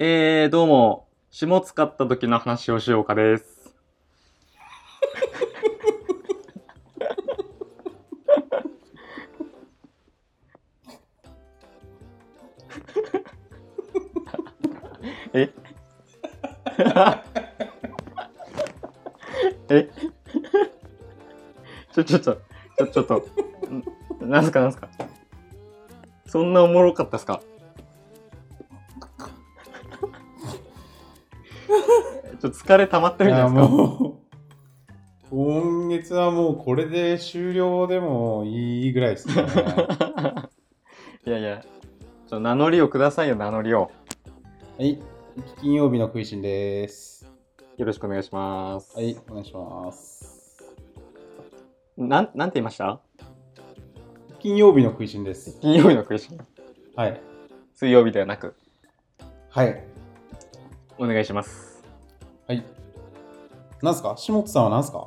えー、どうも、霜使った時の話をしようかです。え え ちょ、ちょ、ちょ、ちょ、ちょっと、んなんすか、なんすか。そんなおもろかったっすか ちょ、疲れ溜まっているんじやゃないですか。もう、今月はもうこれで終了でもいいぐらいですね。 いやいや、ちょ、名乗りをくださいよ、名乗りを。はい、金曜日の食いしんです。よろしくお願いします。はい、お願いします。なん、なんて言いました金曜日の食いしんです。金曜日のクリスはい。水曜日ではなく、はい。お願いします。はい。なんすか下津さんはなんすか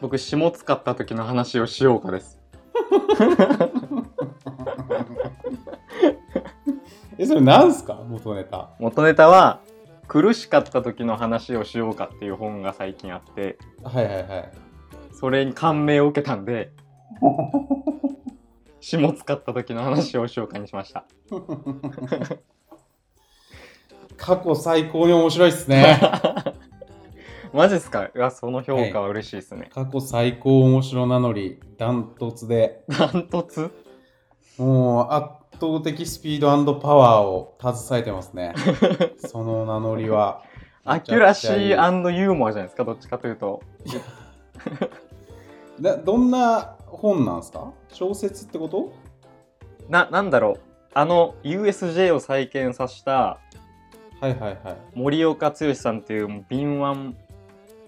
僕、霜使った時の話をしようかです。え、それなんすか元ネタ。元ネタは「苦しかった時の話をしようか」っていう本が最近あってはいはいはい。それに感銘を受けたん で下使った時の話をしようかにしました過去最高に面白いっす ね。マジっすかいやその評価は嬉しいですね過去最高面白なのに、ダントツで。ダントツもう圧倒的スピードパワーを携えてま すね。その名乗りは。アキュラシめちゃくちゃいーユーモアじゃないですかどっちかというといなどんな本なんですか小説ってことななんだろうあの USJ を再建させたはいはいはい。森岡剛さんっていう敏腕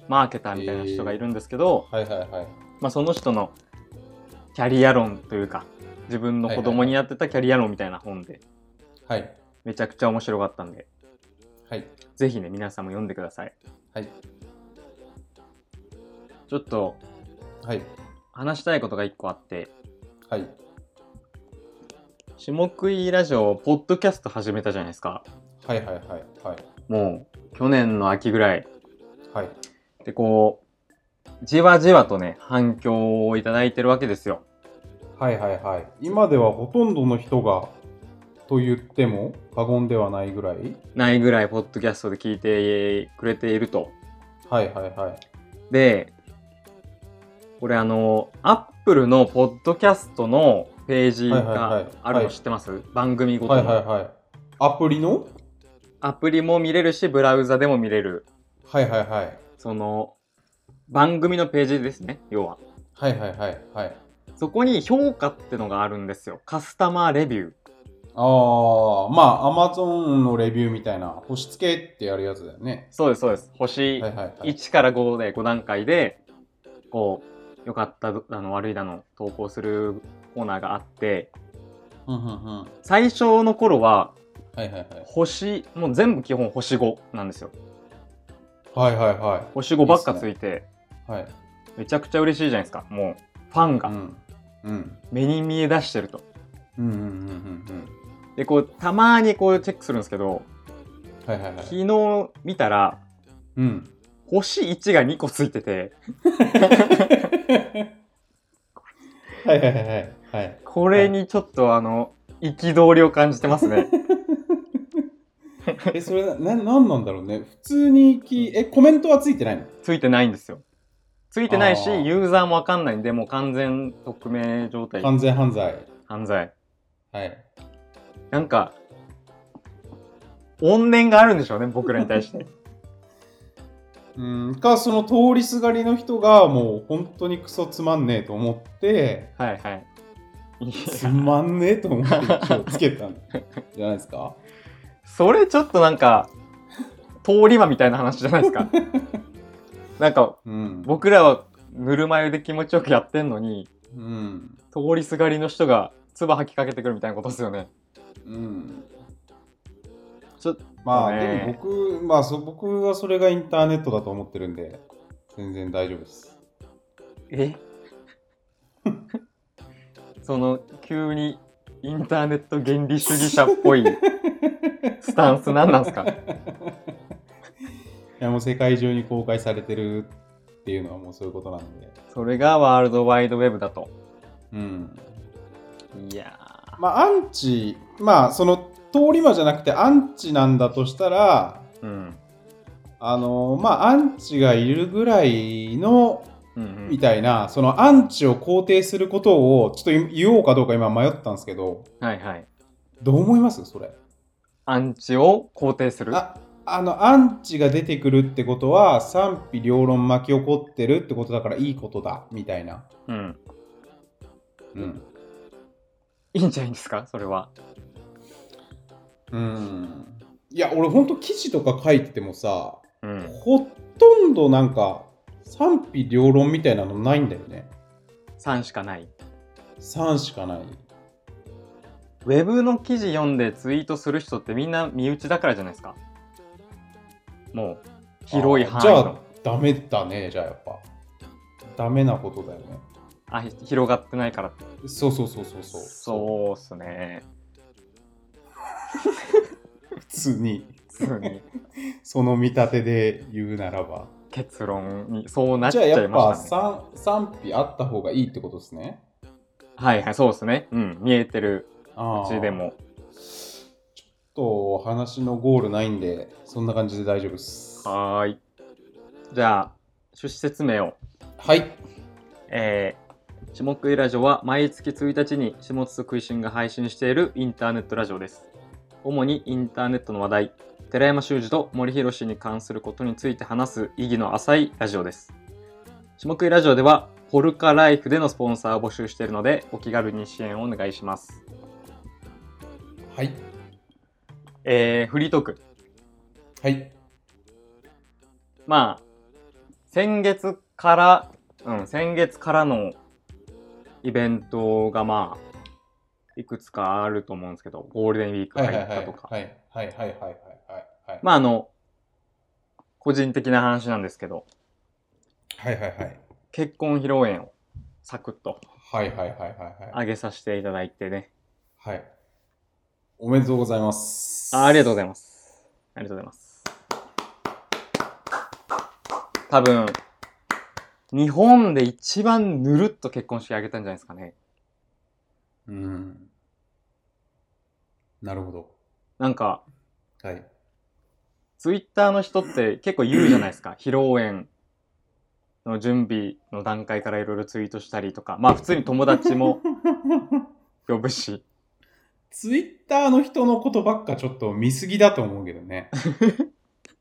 マーケターみたいな人がいるんですけど、はいはいはい。まあ、その人のキャリア論というか自分の子供にやってたキャリア論みたいな本ではい。めちゃくちゃ面白かったんではい。ぜひね皆さんも読んでくださいはい。ちょっとはい。話したいことが1個あってはい。下食いラジオをポッドキャスト始めたじゃないですかはいはいはい。はい。もう去年の秋ぐらいはい。でこうじわじわとね反響をいただいてるわけですよはいはいはい。今ではほとんどの人がと言っても過言ではないぐらい。ないぐらいポッドキャストで聞いてくれているとはいはいはい。で、これあの、アップルのポッドキャストのページはいはいはがいあるの知ってます、番組ごとはいの、はいはい。アプリのアプリも見れるし、ブラウザでも見れる。はいはいはい。その、番組のページですね、要は。はいはいはいはい。そこに評価ってのがあるんですよ。カスタマーレビュー。ああ、まあ、アマゾンのレビューみたいな、星付けってやるやつだよね。そうです、そうです。星はいはいはい。 1から5で5段階で、こう、良かっただの悪いだの投稿するコーナーがあって、うんうんうん。はい最初の頃ははいはい。星もう全部基本星5なんですよはいはいは星5ばっかついてい。はい。めちゃくちゃ嬉しいじゃないですかもうファンうがん。うん。目に見え出してると、うんうんうんうんでこうたまにこうチェックするんですけどうん。はいはいは昨い。日見たらうん。星1が2個ついててはいはいはいはい。 はい。これにちょっとあの憤りを感じてます ねえ、それな、な、なんなんだろうね。普通にき、え、コメントはついてないのついてないんですよついてないしあーユーザーもわかんないんでもう完全匿名状態完全犯罪。犯罪はい。なんか怨念があるんでしょうね僕らに対してうん。か、その通りすがりの人が、もう本当にクソつまんねえと思 って、はいはい。いつやまんねえと思って一応つけたんじゃないですかそれちょっとなんか、通り魔みたいな話じゃないです か。なんか、うん。僕らはぬるま湯で気持ちよくやってんのに、うん。通りすがりの人が唾吐きかけてくるみたいなことですよね。うん。ちょまあ、そうねでも僕、まあそ、僕はそれがインターネットだと思ってるんで、全然大丈夫です。 えその、急にインターネット原理主義者っぽいスタンス何なんす かいやもう世界中に公開されてるっていうのはもうそういうことなんで。それがワールドワイドウェブだと。うん。いやまあアンチ、まあその通り魔じゃなくてアンチなんだとしたら、ー。うん。あのまあアンチがいるぐらいのうんみたいな、そのアンチを肯定することをちょっと言おうかどうか今迷ったんですけど、うん、はいはい。どう思いますそれ。アンチを肯定する。ああのアンチが出てくるってことは賛否両論巻き起こってるってことだからいいことだみたいな。うん。うん。いいんじゃないですかそれは。うん。いや俺ほんと記事とか書いててもさ、うん。ほとんどなんか賛否両論みたいなのないんだよね。 3しかない。 3しかない。ウェブの記事読んでツイートする人ってみんな身内だからじゃないですかもう、広い範囲あーの。じゃあダメだねじゃあやっぱ。ダメなことだよね。あひ広がってないからって。そうそうそうそうそう。そうっすね。普通に普通 にその見立てで言うならば。結論に、そうなっちじゃあゃやいっぱましたね。賛賛否あった方がいいってことですね。はいはい、そうですね。うん、見えてるあうーちで。も。と話のゴールないんで、そんな感じで大丈夫です。ははーい。じゃあ、趣旨説明を。い。えー、下食いラジオは毎月1日に下津と食いしんが配信しているインターネットラジオです。主にインターネットの話題、寺山修司と森博氏に関することについて話す意義の浅いラジオです。下食いラジオでは、ホルカライフでのスポンサーを募集しているので、お気軽に支援をお願いします。はい。えー、フリートーク。はい。まあ、先月から、うん、先月からのイベントがまあ、いくつかあると思うんですけど、ゴールデンウィークはい入はいっはい。はたいとか。はいはいはいはいはい。まああの、個人的な話なんですけど、はいはいはい。結婚披露宴をサクッとはいはいはいはいはい。上げさせていただいてね。はい。おめでとうございます。あありがとうございいます。ありがとうございます。多分、日本で一番ぬるっと結婚式あげたんじゃないですかね。ます。うん。なるほど。なんか、はい。ツイッターの人って結構言うじゃないです か。披露宴の準備の段階からいろいろツイートしたりとか。まあ普通に友達も呼ぶし。ツイッターの人のことばっかちょっと見すぎだと思うけど ね。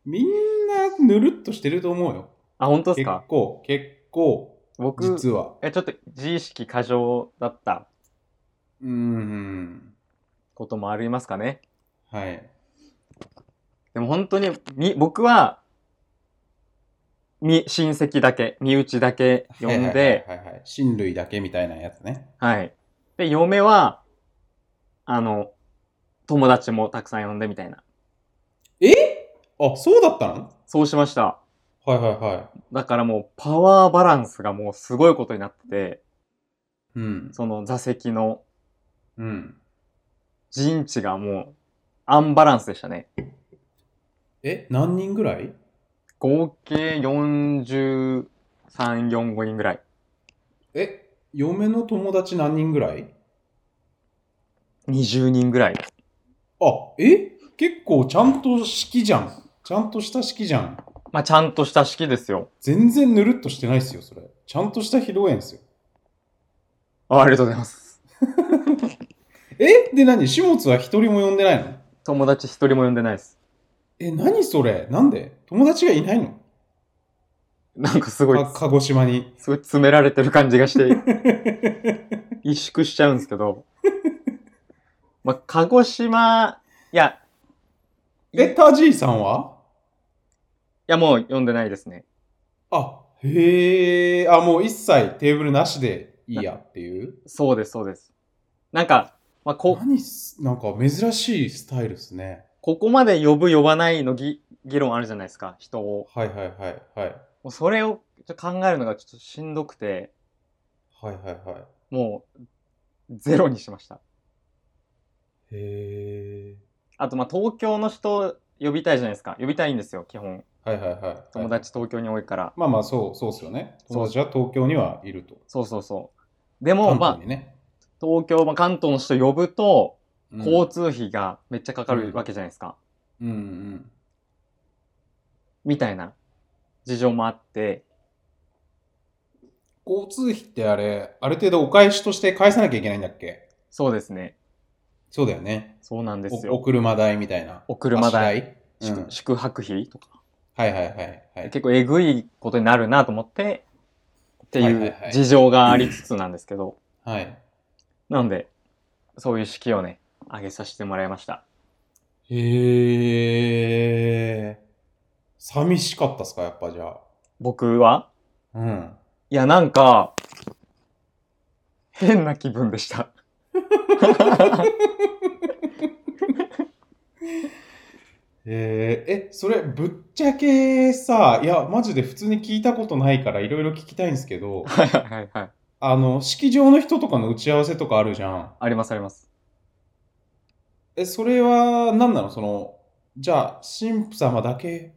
みんなぬるっとしてると思うよ。あ、本当です結か構、結構、僕、実は。えちょっと自意識過剰だったうーん。こともありますかね。はい。でも本当に、み、僕は、み、親戚だけ、身内だけ呼んで、はいはいはいはい。親類だけみたいなやつね。はい。で、嫁は、あの、友達もたくさん呼んでみたいな。あ、そうだったのそうしました。はいはいはだからもうパワーバランスがもうすごいことになってて、い。うん。その座席のうん。陣地がもうアンバランスでしたね。え、何人ぐらい合計43、45人ぐらい。え、嫁の友達何人ぐらい20人ぐらい。あ、え結構ちゃんと式じゃん。ちゃんとした式じゃん。まあちゃんとした式ですよ。全然ぬるっとしてないっすよ、それ。ちゃんとした披露宴っすよ。あありがとうございます。えで何始末は一人も呼んでないの友達一人も呼んでないです。え、何それなんで友達がいないのなんかすごいか、鹿児島に。 すごい詰められてる感じがして、萎縮しちゃうんですけど。まあ鹿児島、いや、いえ、タジーさんはいやもう呼んでないですね。あ、へえ、あ、もう一切テーブルなしでいいやっていう。そうです、そうです。なんか、まあ、こ、何す、なんか珍しいスタイルですね。ここまで呼ぶ呼ばないのぎ議論あるじゃないですか、人を。はいはいはいはい。もうそれをちょっと考えるのがちょっとしんどくて、はいはいはい。もう、ゼロにしました。へえ。あと、まあ、東京の人呼びたいじゃないですか。呼びたいんですよ、基本。はいはいはい。友達東京に多いから。まあまあ、そう、そうっすよね。友達は東京にはいると。そうそうそう。でも、まあ関東、にね。東京、まあ、関東の人呼ぶと、うん交通費がめっちゃかかるわけじゃないですか。うんうん。みたいな事情もあって、交通費ってあれ、ある程度お返しとして返さなきゃいけないんだっけそうですね。そうだよね。そうなんですおおよ。車代みたいな。お車代、足代う宿ん宿泊費とか、はいはいはいはい。結構えぐいことになるなと思って、っていはいうはいはい事情がありつつなんですけど、はい。なんで、そういう式をね、挙げさせてもらいました。へえ。寂しかったっすか、やっぱじゃあ。僕はうん。いや、なんか、変な気分でした。えー、え、それ、ぶっちゃけさ、いや、マジで普通に聞いたことないから、いろいろ聞きたいんですけど、はいはいはい。あの、式場の人とかの打ち合わせとかあるじゃん。 ありますあります。え、それは、何なのその、じゃあ、神父様だけ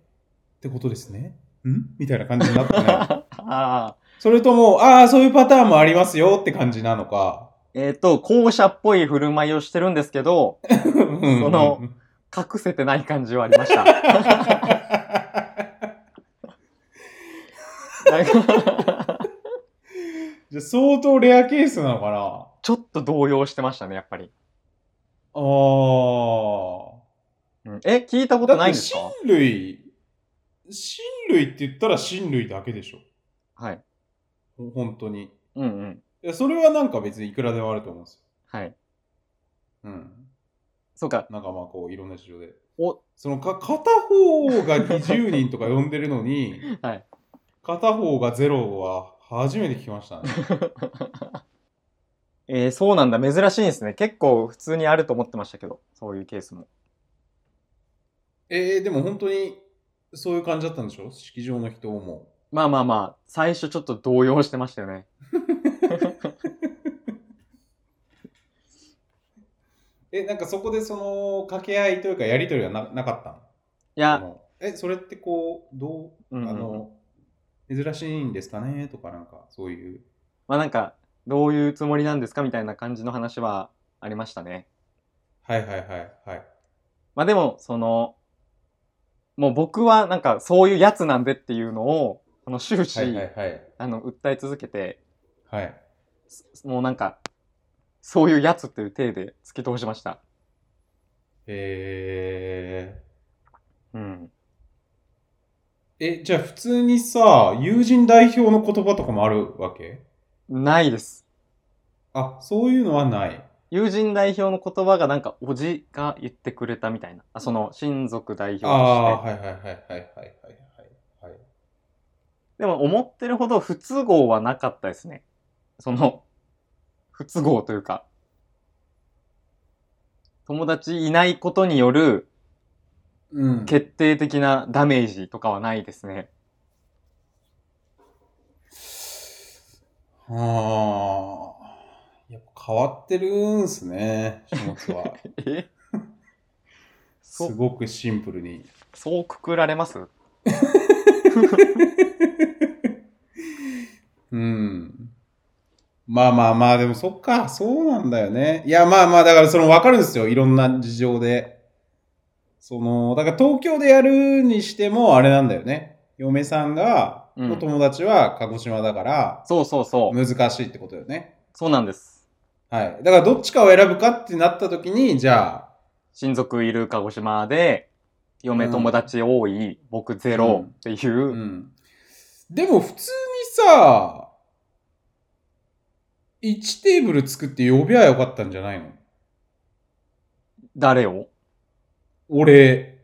ってことですねんみたいな感じになってない。ああ。それとも、ああ、そういうパターンもありますよって感じなのか。 えっ、と、校舎っぽい振る舞いをしてるんですけど、その、 隠せてない感じはありました。 なんかじゃあ相当レアケースなのかなちょっと動揺してましたね、やっぱり。ああ。うんえ、聞いたことだっないてんですか親類、親類って言ったら親類だけでしょ。はい。ほ本当に。うんうん。いや、それはなんか別にいくらでもあると思うんですはい。よ。うん。そうか。なんかまあこういろんな事情で。お、そのか片方が20人とか呼んでるのに、 はい。片方がゼロは初めて聞きました ね。えーそうなんだ。珍しいんですね。結構普通にあると思ってましたけど、そういうケースも。えー、でも本当にそういう感じだったんでしょ式場の人も。まあまあまあ、最初ちょっと動揺してましたよね。え、なんかそこでその掛け合いというかやりとりはななかったのいやそ、のえ、それってこう、どう、うんうんあの、珍しいんですかねとか、なんか、そういう。まあなんか、どういうつもりなんですかみたいな感じの話はありましたね。はいはいはいはい。まあでも、その、もう僕はなんかそういうやつなんでっていうのを、あの終始、はいはいはい。あの、訴え続けて、はい。すもうなんか、そういうやつっていう体で突き通しました。えうん。ー、え、じゃあ普通にさ、友人代表の言葉とかもあるわけないです。あ、そういうのはない。友人代表の言葉がなんか、おじが言ってくれたみたいな。あその、親族代表あとしてあ。ー、はいはいはいはいはいはい。はい、でも思ってるほど不都合はなかったですね。その、不都合というか、友達いないことによるうん。決定的なダメージとかはないですね。はあ。やっぱ変わってるんすね、下津は。えすそうごくシンプルに。そうくくられますうん。まあまあまあ、でもそっか、そうなんだよね。いや、まあまあ、だからその分かるんですよ。いろんな事情で。その、だから東京でやるにしても、あれなんだよね。嫁さんが、うんお友達は鹿児島だから、そうそうそう。難しいってことよね。そうなんです。はい。だからどっちかを選ぶかってなった時に、じゃあ、親族いる鹿児島で、嫁友達多い、僕ゼロっていう、うん。でも普通にさ、1テーブル作って呼びはよかったんじゃないの誰を俺。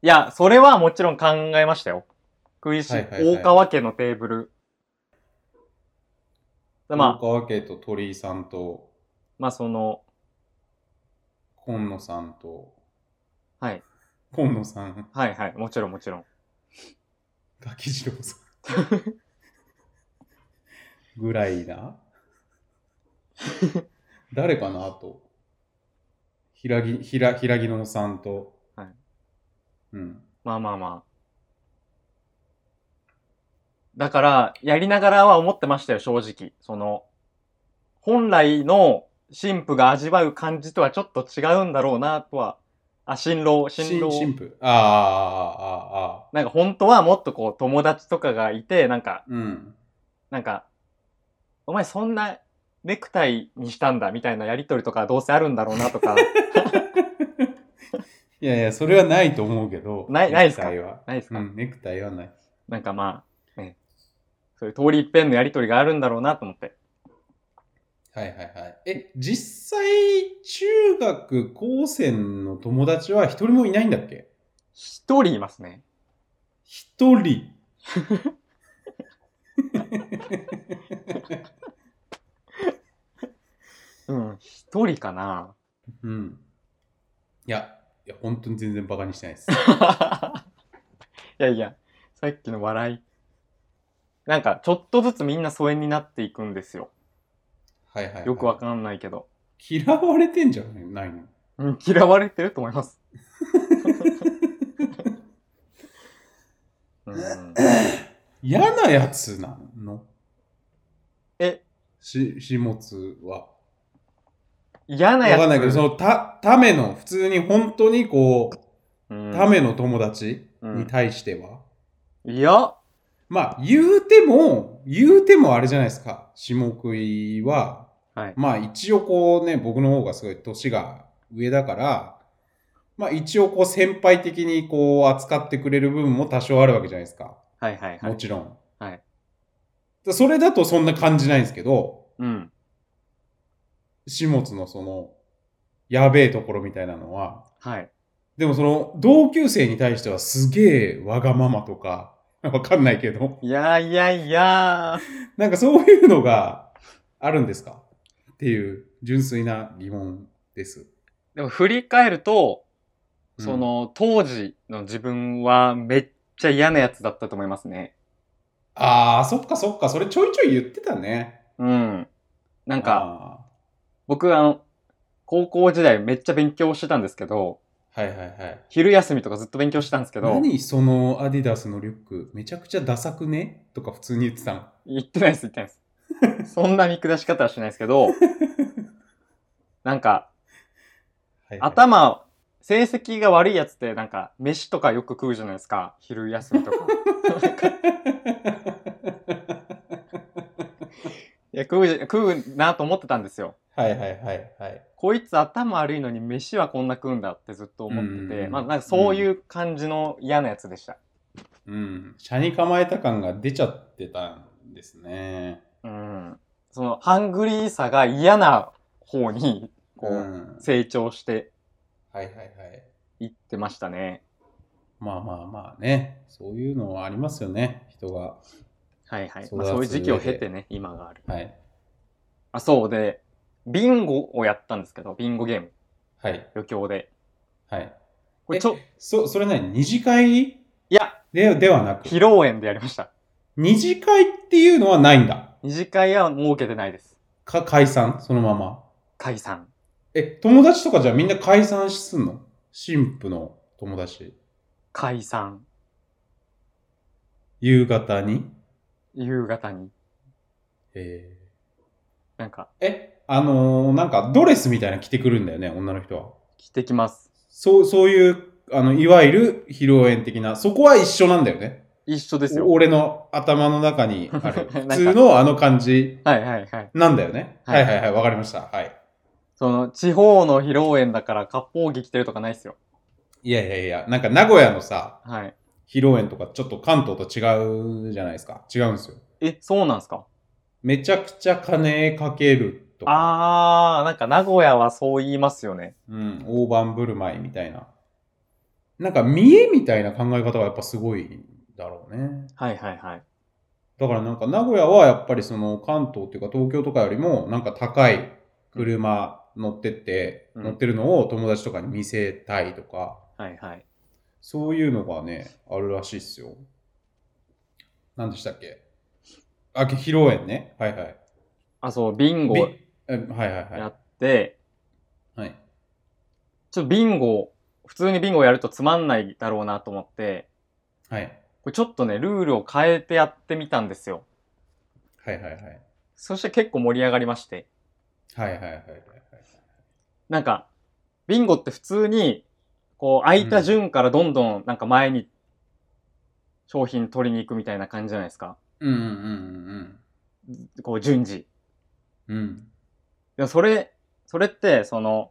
いや、それはもちろん考えましたよ。食いし、はいはいはい大川家のテーブル。でまあ、まあ、川家と鳥居さんとまあその、今野さんとはい、今野さん、はいはい、もちろんもちろん。ガキ次郎さ んぐらいな誰かなと。ひらぎ、ひら、ひらぎのさんと。はい。うん。まあまあまあ。だから、やりながらは思ってましたよ、正直。その、本来の神父が味わう感じとはちょっと違うんだろうな、とは。あ、新郎、新郎。新婦。ああ、ああ、ああ。なんか本当はもっとこう、友達とかがいて、なんか、うん。なんか、お前そんなネクタイにしたんだ、みたいなやりとりとかどうせあるんだろうな、と か。いやいや、それはないと思うけど。ないないですかネクタイは。ないですか、うん、ネクタイはない。なんかまあ、ね、そういう通り一遍のやりとりがあるんだろうな、と思って。はいはいはい。え、実際、中学高専の友達は一人もいないんだっけ一人いますね。一人。うん、一人かな。 うん。いや、いや、本当に全然バカにし てないです。いやいや、さっきの笑い。なんか、ちょっとずつみんな疎遠になっていくんですよ。はいはい、はい。よくわかんないけど。嫌われてんじゃないのうん、嫌われてると思い ます。うん、嫌なやつなのえ、し、始末は。嫌なわやつ。かんないけど、その、た、ための、普通に本当にこうんう、ための友達うんに対しては、いや、まあ、言うても、言うてもあれじゃないですか。下食いは、はいまあ一応こうね、僕の方がすごい年が上だから、まあ一応こう先輩的にこう扱ってくれる部分も多少あるわけじゃないですか。はいはいはもい。ちろん。はいだそれだとそんな感じないんですけど、うん。始末のその、やべえところみたいなのは、はい。でもその同級生に対してはすげえわがままとか、 わかんないけど、いやいやいやなんかそういうのがあるんですかっていう純粋な疑問です。でも振り返ると、うんそ、の、当時の自分はめっちゃ嫌なやつだったと思いますね。ああ、そっかそっか、それちょいちょい言ってたね。うん。ななんか、僕、あの、高校時代めっちゃ勉強してたんですけど、はいはいはい。昼休みとかずっと勉強してたんですけど、何そのアディダスのリュック、めちゃくちゃダサくねとか普通に言ってたの。言ってないです、言ってないです。そんな見下し方はしないですけ ど、なんか、はいはい、頭、成績が悪いやつって、なんか、飯とかよく食うじゃないですか。昼休みと か。いや、食うじゃ、食うなと思ってたんですよ。はいはいはいはい。こいつ頭悪いのに飯はこんな食うんだってずっと思うっんてうんうて、んまあなんかそういう感じの嫌なやつでした。うん。車に構えた感が出ちゃってたんですね。うん。その、ハングリーさが嫌な方に、こうう、ん。成長してはいはいはい。いってましたね。まあまあまあね。そういうのはありますよね。人が。はいはい。そうまあだそういう時期を経てね、今がある。はい。あ、そうで、ビンゴをやったんですけど、ビンゴゲーム、はい。余興で。はい。これちょ、そ、それ何二次会いや、で、ではなく披。露宴でやりました。二次会っていうのはないんだ。二次会は設けてないです。か、解散そのまま。解散。え、友達とかじゃあみんな解散すんの神父の友達。解散。夕方に夕方に。えなんか、ーえ、あのーなんかドレスみたいなの着てくるんだよね、女の人は。着てきます。そう、そういう、あの、いわゆる披露宴的な、そこは一緒なんだよね。一緒ですおよ。俺の頭の中にある。 なん普か通のあの感じはいはいはい。なんだよね。ははいいはいはい、わかりました。はい。その、地方の披露宴だから、割烹着着てるとかないっすよ。いやいやいや、なんか名古屋のさ、はい。披露宴とかちょっと関東と違うじゃないですか。違うんですよ。え、そうなんすかめちゃくちゃ金かけるとか、あー、なんか名古屋はそう言いますよね。うん、大盤振る舞いみたいな。なんか見栄みたいな考え方がやっぱすごいんだろうね。はいはいはい。だからなんか名古屋はやっぱりその関東っていうか東京とかよりもなんか高い車乗ってって、うん乗ってるのを友達とかに見せたいとか、はいはい。そういうのがね、あるらしいっすよ。何でしたっけあ、披露宴ね。はいはい。あ、そう、ビンゴびえはいはいやはって、い。はい。ちょっとビンゴ、普通にビンゴをやるとつまんないだろうなと思って、はい。これちょっとね、ルールを変えてやってみたんですよ。はいはいはい。そして結構盛り上がりまして。はいはいはいはい。なんか、ビンゴって普通に、こう、空いた順からどんどんなんか前に商品取りに行くみたいな感じじゃないですか。うんうんうんこう、順次。うん。うん。でもそれ、それって、その、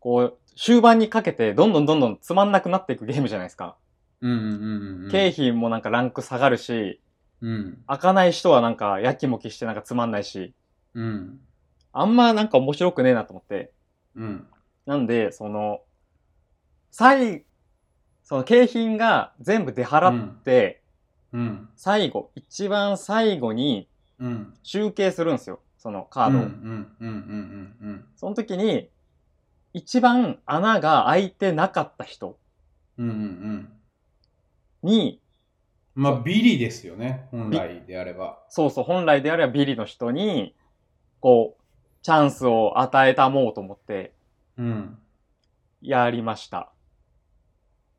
こう、終盤にかけてどんどんどんどんつまんなくなっていくゲームじゃないですか。うんうんうんうん。経費もなんかランク下がるし、うん。開かない人はなんかやきもきしてなんかつまんないし、うん。あんまなんか面白くねえなと思って。うん。なんで、その、最、その景品が全部出払って、うん。最後、一番最後にうん。集計するんですよ。そのカードを。うんうんうんうんうんその時に、一番穴が開いてなかった人うん。うんうんうん。に、まあ、ビリですよね。本来であれば。そうそう、本来であればビリの人に、こう、チャンスを与えたもうと思ってうん。やりました。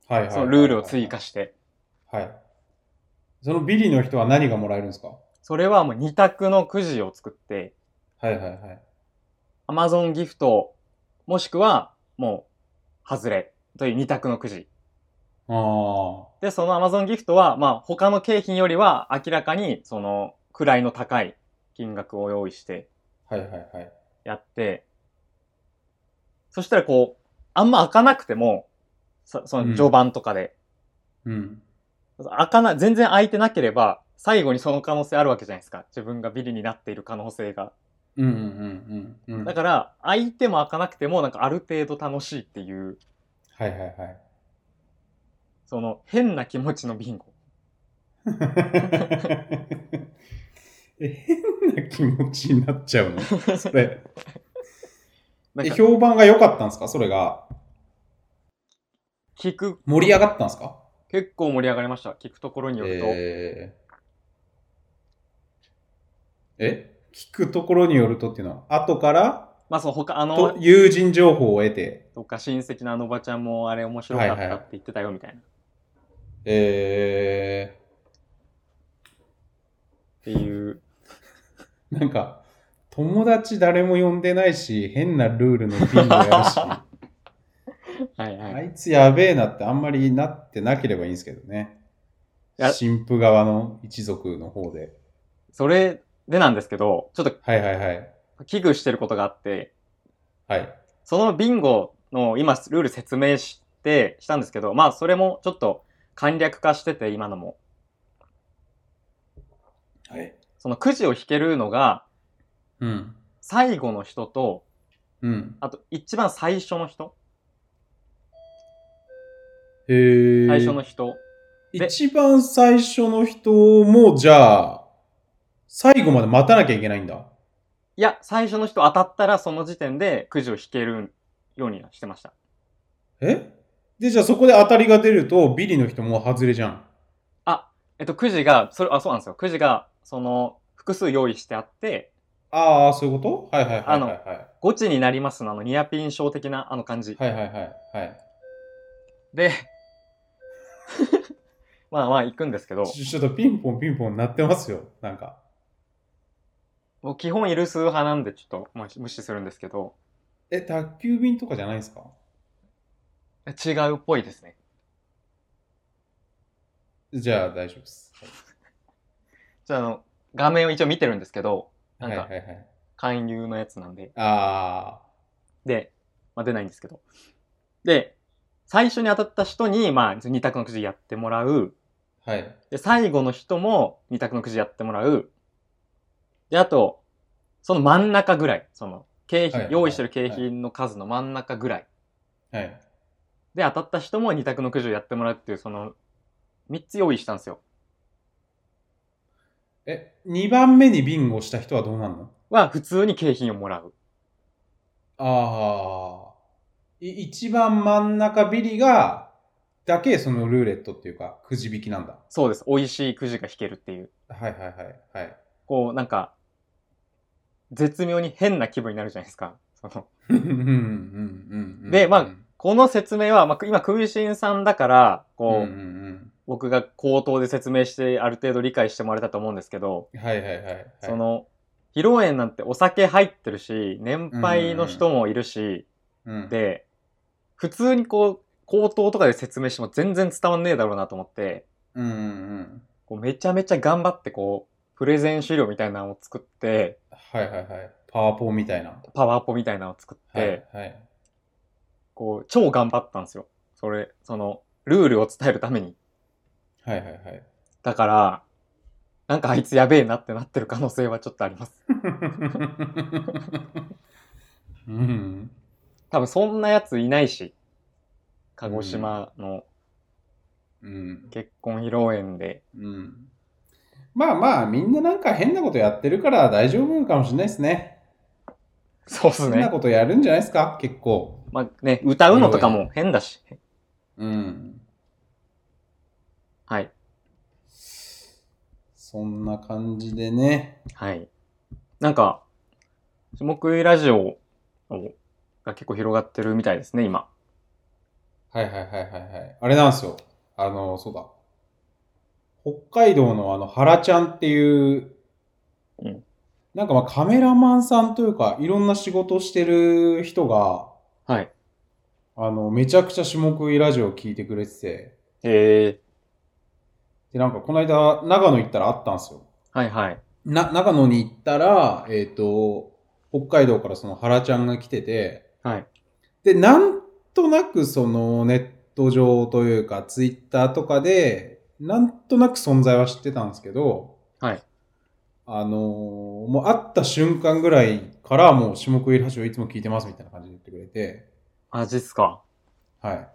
はいはいはいはい。そのルールを追加しして。はい。そのビリの人は何がもらえるんですかそれはもう2択のくじを作って、はいはいはい。 Amazon ギフト、もしくはもう、外れという2択のくじ。あで、その Amazon ギフトは、まあ他の景品よりは明らかにその位の高い金額を用意してあ。はいはいはい。やって、そしたらこう、あんま開かなくても、そその序盤とかで、うん。開かない、全然開いてなければ、最後にその可能性あるわけじゃないですか。自分がビリになっている可能性が。うんうんうんうん。だはいから、開いても開かなくても、なんかある程度楽しいっていう、はい はい。その変な気持ちのビンゴ。え変な気持ちになっち ゃうのそれ。なんえか評判が良かったんですかそれが。聞く、盛り上がったんですか結構盛り上がりました。聞くところによると。えーえ聞くところによるとっていうのは、後からまあ、その他、あとの、友人情報を得て、とか親戚のあのおばちゃんもあれ面白かったって言ってたよみたいな。えっていう。ー、なんか、友達誰も呼んでないし、変なルールのビンゴや るし、はいはい。あいつやべえなってあんまりなってなければいいんですけどねいや。神父側の一族の方で。それでなんですけど、ちょっとはいはいはい。危惧してることがあって、はい。そのビンゴの今ルール説明してしたんですけど、まあそれもちょっと簡略化してて今のも。はい。そのくじを引けるのがうん。最後の人と、うん。あと一番最初の人、へー最初の人。で一番最初の人も、じゃあ、最後まで待たなきゃいけないんだ。いや、最初の人当たったらその時点でくじを引けるようにしてました。えで、じゃあそこで当たりが出ると、ビリの人も外れじゃん。えっと、くじが、それ、あ、そうなんですよ。くじが、その、複数用意してあって、ああ、そういうことはいはいはいはい、あのはい。ゴチになりますの、あの、ニアピン賞的なあの感じ。はいはいはいはい。で、 まあまあ行くんですけど。ちょちょっとピンポンピンポン鳴ってますよ。なんか。もう基本イルス派なんでちょっと、まあ、無視するんですけど、え、宅急便とかじゃないですか違うっぽいですね。じゃあ大丈夫です。じゃあ、あの、画面を一応見てるんですけど、なはいんはいかは、い。勧誘のやつなんで、あで、まあ出ないんですけど。で、最初に当たった人に、まあ、二択のくじやってもらう。あ、はい。で、最後の人も二択のくじやってもらう。で、あと、その真ん中ぐらい、その、景品、はい用意してる景品の数の真ん中ぐらい。はい。で、当たった人も二択のくじをやってもらうっていう、その、三つ用意したんですよ。え、2番目にビンゴした人はどうなんのは普通に景品をもらう。ああ。い一番真ん中ビリが、だけそのルーレットっていうか、くじ引きなんだ。そうです。美味しいくじが引けるっていう。はいはいはいはい。こう、なんか、絶妙に変な気分になるじゃないですか。そのうんうんうんうんでまあこの説明は、まあ、今、空心さんだから、うこう、んうん僕が口頭で説明して、ある程度理解してもらえたと思うんですけど、うんはいはいはいはい。その、披露宴なんてお酒入ってるし、年配の人もいるし、うん、で、普通にこう、口頭とかで説明しても全然伝わんねえだろうなと思って、うんうんうん。こうめちゃめちゃ頑張ってこう、プレゼン資料みたいなのを作って、はいはいはい。パワーポーみたいな。はパワーポみたいなのを作って、いはい。こう、超頑張ったんですよ。それ、その、ルールを伝えるために。はいはいはい。だから、なんかあいつやべえなってなってる可能性はちょっとあります。うん。多分そんなやついないし、鹿児島のうん。結婚披露宴で。うん。まあまあ、みんななんか変なことやってるから大丈夫かもしれないですね。そうっす変なね。ことやるんじゃないですか結構。まあね、歌うのとかも変だし。うん。はい。そんな感じでね。はい。なんか、下食いラジオをが結構広がってるみたいですね、今。はいはいはいはいはい。あれなんですよ。あの、そうだ。北海道のあの、原ちゃんっていう、うんなんかまあカメラマンさんというか、いろんな仕事してる人が、はい。あの、めちゃくちゃ種目いラジオを聞いてくれてて、へえ。で、なんかこの間、長野行ったらあったんですよ。はいはい。な、長野に行ったら、えっ、と、北海道からその原ちゃんが来てて、はい。で、なんとなくそのネット上というか、ツイッターとかで、なんとなく存在は知ってたんですけど、はい。あのーもう会った瞬間ぐらいから、もう種目いラジオいつも聞いてますみたいな感じで言ってくれて、マジっすか。はい。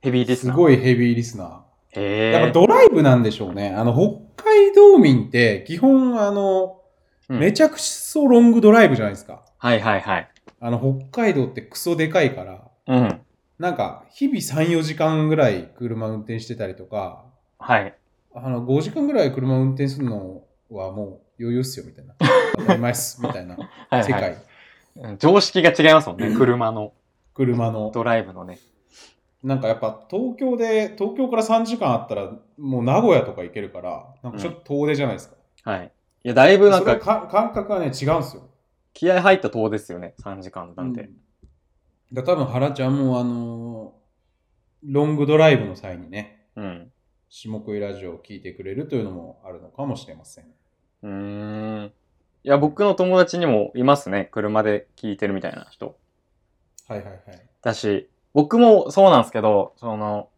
ヘビーリスすナー。ごいヘビーリスナー。へえ。やっぱドライブなんでしょうね。あの、北海道民って、基本、あの、うんめちゃくそロングドライブじゃないですか。はいはいはい。あの、北海道ってクソでかいから、うん。なんか、日々3、4時間ぐらい車運転してたりとか、はい。あの、5時間ぐらい車運転するのはもう余裕っすよ、みたいな。当たり前っす、みたいな はい、世はい。界。うん常識が違いますもんね。車の、車の。ドライブのね。なんかやっぱ東京で、東京から3時間あったら、もう名古屋とか行けるから、なんかちょっと遠出じゃないですか。はい。いや、だいぶなんそれか、か感覚はね、違うんですよ。気合入った塔ですよね。3時間なんて。うんだ多分原ちゃんもあのーロングドライブの際にねうん。下食いラジオを聞いてくれるというのもあるのかもしれませんうーん。いや、僕の友達にもいますね。車で聞いてるみたいな人。はいはいはいだし、僕もそうなんですけど、その、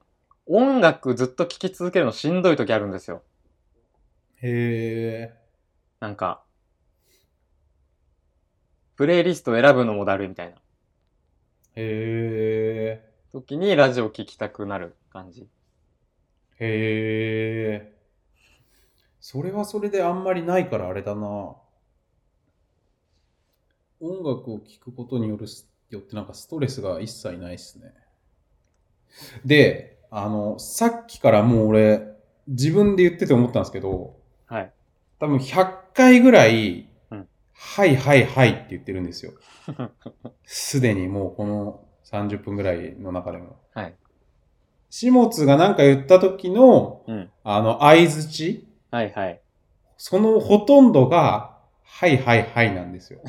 音楽ずっと聴き続けるのしんどい時あるんですよ。へなんか、プレイリスト選ぶのもだるいみたいなえへ時にラジオ聴きたくなる感じ。えへえそれはそれであんまりないからあれだな音楽を聴くことによるすよってなんかストレスが一切ないっすねであのさっきからもう俺自分で言ってて思ったんですけどはい。多分100回ぐらい、うんはいはいはいって言ってるん ですよ。すでにもうこの30分ぐらいの中でも。はい。始末が何か言った時の、うんあの、相づち、はいはい。そのほとんどが、はいはいはいなんで すよ。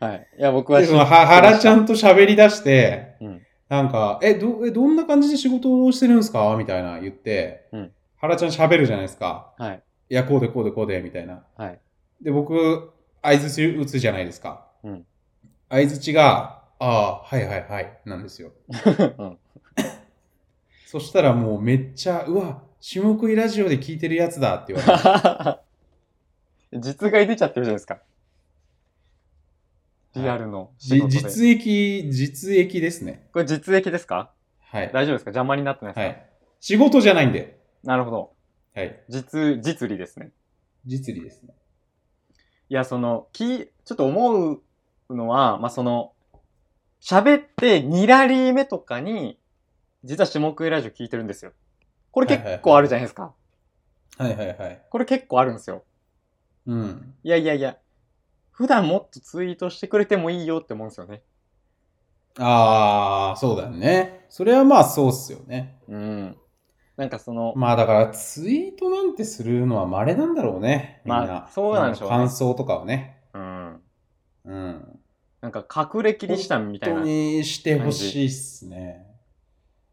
はい。いや、僕はで、その、は、はらちゃんと喋り出して、うんなんか、え、ど、え、どんな感じで仕事をしてるんですかみたいな言って、うんはらちゃん喋るじゃないですか。はい。いや、こうでこうでこうで、みたいな。はい。で、僕、相づち打つじゃないですか。うん相づちが、ああ、はいはいはい、なんですよ。うん そしたらもうめっちゃ、うわ、種目いラジオで聞いてるやつだって言わ れて実害出ちゃってるじゃないですか。リアルの仕 事で。じ実益、実益ですね。これ実益ですかはい。大丈夫ですか邪魔になってないですはか、い。仕事じゃないんで。なるほど。はい。実、実利ですね。実利ですね。いや、その、き、ちょっと思うのは、まあ、その、喋って2ラリー目とかに、実は下食いラジオ聞いてるんですよ。これ結構あるじゃないですか。はいはいはい。これ結構あるんですよ。うん。いやいやいや、普段もっとツイートしてくれてもいいよって思うんですよね。ああ、そうだね。それはまあそうっすよね。うん。なんかその、まあだからツイートなんてするのは稀なんだろうね。みんな。まあそうなんでしょうねあの感想とかをね。うん。うん。なんか隠れキリシタンみたい本当な。にしてほしいっすね。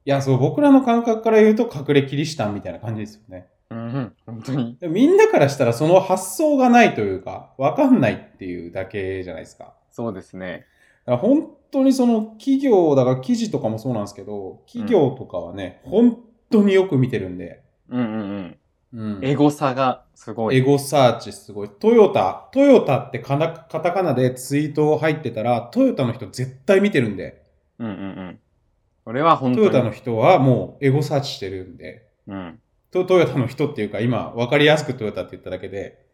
いや、そう、僕らの感覚から言うと隠れキリシタンみたいな感じですよね。うんうん、本当に。でもみんなからしたらその発想がないというか、わかんないっていうだけじゃないですか。そうですね。だから本当にその企業、だから記事とかもそうなんですけど、企業とかはね、本当によく見てるんで、うんうんうんうん。エゴさがすごい。エゴサーチすごい。トヨタ、トヨタってカナカタカナでツイート入ってたら、トヨタの人絶対見てるんで、うんうんうん。これは本ト当に。ヨタの人はもうエゴサーチしてるんで、うん。トトヨタの人っていうか今分かりやすくトヨタって言っただけで、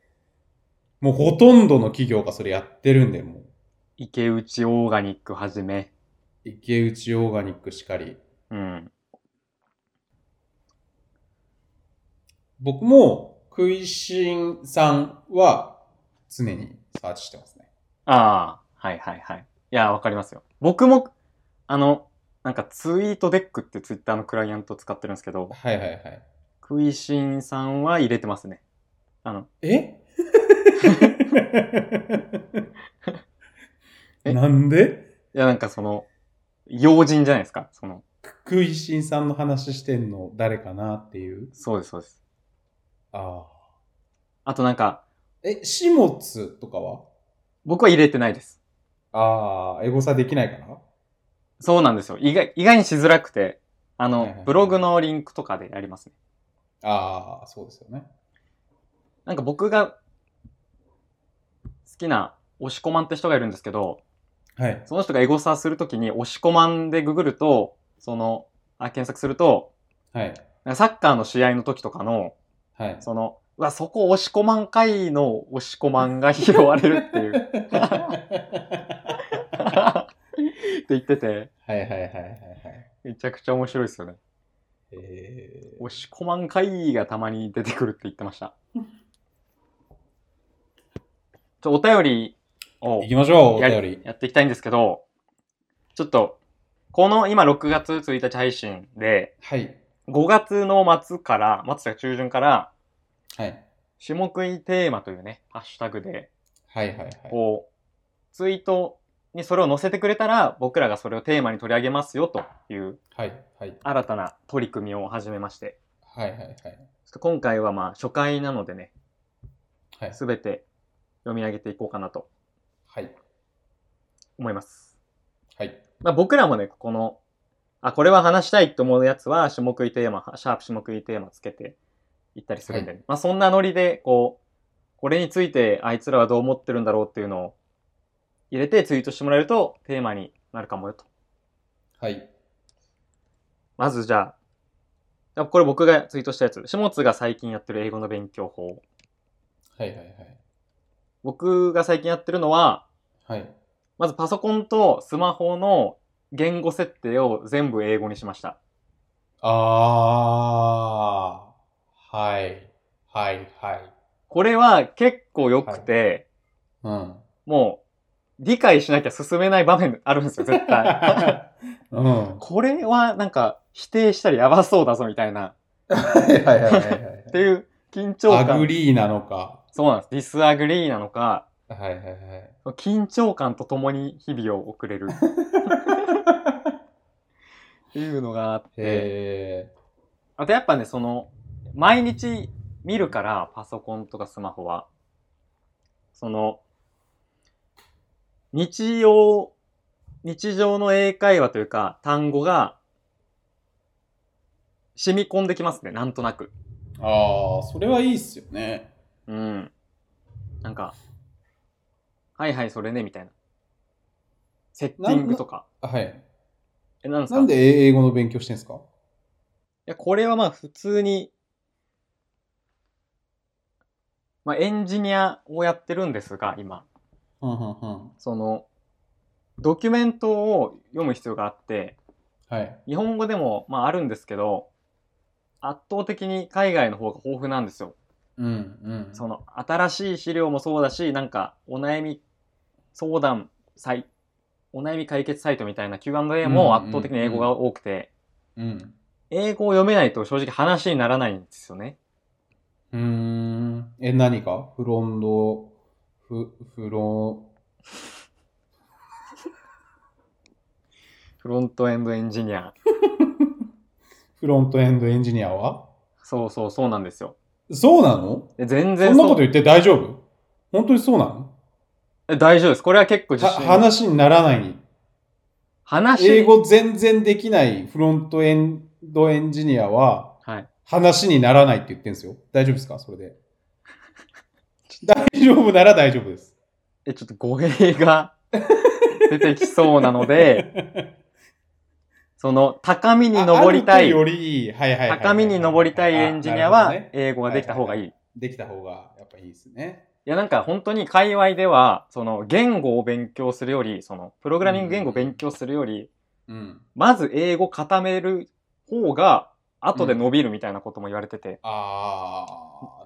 もうほとんどの企業がそれやってるんで、も池内オーガニックはじめ。う、池内オーガニックしかり、うん。僕も、食いしんさんは常にサーチしてますね。ああ、はいはいはい。いや、わかりますよ。僕も、あの、なんかツイートデックってツイッターのクライアント使ってるんですけど、はいはいはい。クイシンさんは入れてますね。あの、 ええなんでいやなんかその、用心じゃないですか。その、食いしんさんの話してんの誰かなっていう。そうですそうです。ああ。あとなんか、え、始末とかは僕は入れてないです。ああ、エゴサできないかなそうなんですよ。意外、意外にしづらくて、あはいはいはのい、ブログのリンクとかでやりますね。ああ、そうですよね。なんか僕が、好きな、押し込まんって人がいるんですけど、はい。その人がエゴサするときに、押し込まんでググると、その、あ、検索すると、はい。なんかサッカーの試合の時とかの、 はい。その、うわ、そこ押し込まんかいの押し込まんが拾われるって いう、って言ってて、はいはいはいはいはい。めちゃくちゃ面白いですよね。えー押し込まん会がたまに出てくるって言ってました。ちょお便りを行きましょう、おや便りり。やっていきたいんですけど、ちょっと、この今6月1日配信で、はい。 5月の末から、末か中旬から、はい。下食いテーマというね、ハッシュタグで、はいはいはい。こう、ツイートにそれを載せてくれたら、僕らがそれをテーマに取り上げますよというはいはい。新たな取り組みを始めまして、はいはいはい。ちょっと今回はまあ初回なのでね、はい。すべて読み上げていこうかなとはい。思います。はい。まあ、僕らもね、この、あ、これは話したいと思うやつは、種目いテーマ、シャープ種目いテーマつけていったりするんで、ねまあそんなノリで、こう、これについてあいつらはどう思ってるんだろうっていうのを入れてツイートしてもらえるとテーマになるかもよと。はい。まずじゃあ、あこれ僕がツイートしたやつ。下津が最近やってる英語の勉強法。はいはいはい。僕が最近やってるのは、はい。まずパソコンとスマホの言語設定を全部英語にしました。あー。はい。はいはい。これは結構良くて、うん。もう理解しなきゃ進めない場面あるんですよ、絶 対。うん。 はこれはなんか否定したらやばそうだぞみたいな、いはいはいはいっていう緊張はい。アグ感。リーなのか。そうなんです。ディスアグリーなのか、はいはいはい。緊張感とともに日々を送れ るっていうのがあって、えあとやっぱね、その、毎日見るから、パソコンとかスマホは。その、日曜、日常の英会話というか、単語が、染み込んできますね、なんとなく。ー。あー、それはいいっすよね。うん。なんか、はいはい、それね、みたいな。セッティングとか。はい。え、なんですかなんで英語の勉強してんすかいや、これはまあ普通に、まあエンジニアをやってるんですが、今、うんうんうん。その、ドキュメントを読む必要があって、はい。日本語でもまああるんですけど、圧倒的に海外の方が豊富なんですよ。うんうん。その、新しい資料もそうだし、なんか、お悩み相談、サイお悩み解決サイトみたいな Q&A も圧倒的に英語が多くて、うん。英語を読めないと正直話にならないんですよね。うーん。え、何かフロンド、フ、フロフロントエンドエンジニア。ン、フロントエンドエンジニアはそうそうそうなんですよ。そうなので全そ然んなこうと言って大丈夫本当にそうなのえ大丈夫です。これは結構自は信。話にならない。話英語全然できないフロントエンドエンジニアは、はい。話にならないって言ってんですよ。大丈夫ですかそれ で。大丈夫なら大丈夫です。え、ちょっと語弊 が出てきそうなので、その高みに登りたいああ、るとより、はいはいはいはい高みに登りたいエンジニアはあなるほどね英語ができた方がいい。できた方がやっぱいいですね。いやなんか本当に界隈ではその言語を勉強するよりそのプログラミング言語を勉強するより、うん。まず英語固める方が後で伸びるみたいなことも言われてて、あ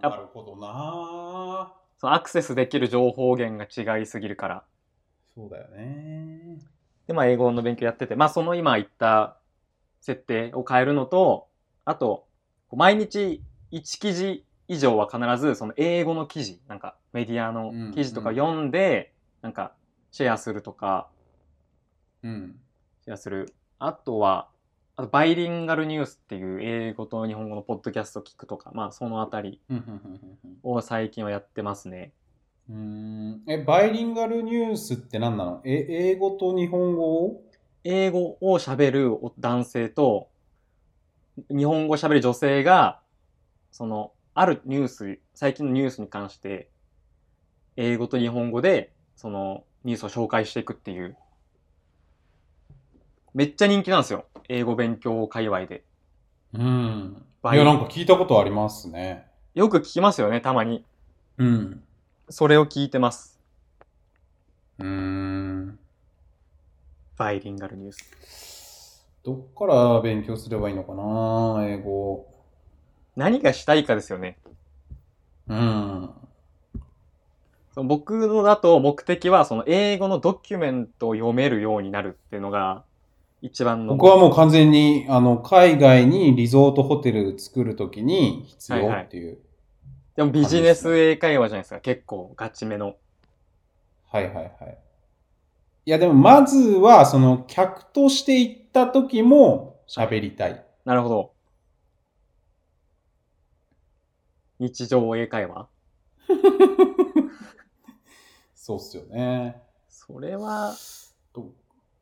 あ、なるほどな。そのアクセスできる情報源が違いすぎるからそうだよね。でまあ英語の勉強やっててまあその今言った設定を変えるのとあとこう毎日1記事以上は必ずその英語の記事なんかメディアの記事とかうん読んで、なんかシェアするとかうん。気がする。あとは、あとバイリンガルニュースっていう英語と日本語のポッドキャスト聞くとか、まあそのあたりうんうんを最近はやってますね。うんえ、バイリンガルニュースって何なのえ、英語と日本語を英語を喋る男性と、日本語を喋る女性が、その、あるニュース、最近のニュースに関して、英語と日本語で、その、ニュースを紹介していくっていう。めっちゃ人気なんですよ。英語勉強界隈で。うん。バいイや、なんか聞いたことありますね。よく聞きますよね、たまに。うん。それを聞いてます。うーん。バイリンガルニュース。どっから勉強すればいいのかな英語。何がしたいかですよね。うん。その僕のだと目的は、その英語のドキュメントを読めるようになるっていうのが、一番の。僕はもう完全にあの海外にリゾートホテル作るときに必要っていう。でもビジネス英会話じゃないですか。結構ガチめの。はいはいはい。いやでもまずはその客として行った時も喋りたい。なるほど。日常英会話そうっすよね。それは、とう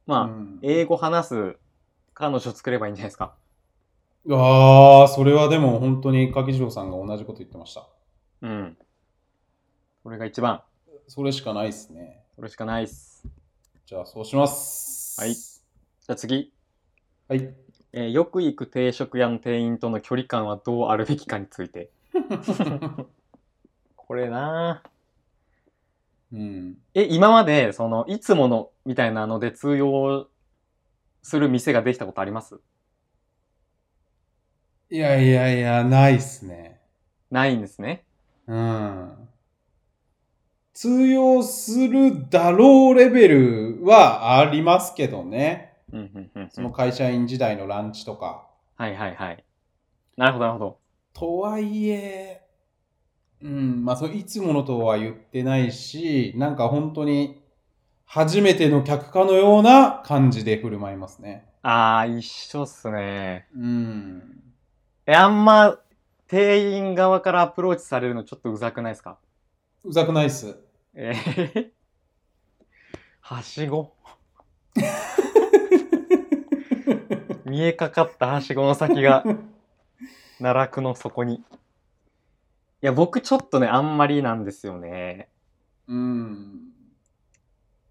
まあ、ん、英語話す彼女作ればいいんじゃないですか。ああ、それはでも本当に柿次郎さんが同じこと言ってました。うん。それが一番。それしかないっすね。それしかないっす。じゃあそうします。はい。じゃあ次。はい。 えーよく行く定食屋の店員との距離感はどうあるべきかについて。これなぁうん。え、今まで、その、いつものみたいなので通用する店ができたことありますいやいやいや、ないっすね。ないんですね。うん。通用するだろうレベルはありますけどね。うん、うん、うんそうんの。会社員時代のランチとか。はいはいはい。なるほど、なるほど。とはいえ、うん、まあ、そのいつものとは言ってないし、なんか本当に、初めての客かのような感じで振る舞いますね。あー、一緒っすね。うん。え、あんま、店員側からアプローチされるのちょっとうざくないですかうざくないっす。えーはしご。見えかかったはしごの先が、奈落の底に。いや、僕ちょっとね、あんまりなんですよね。うん。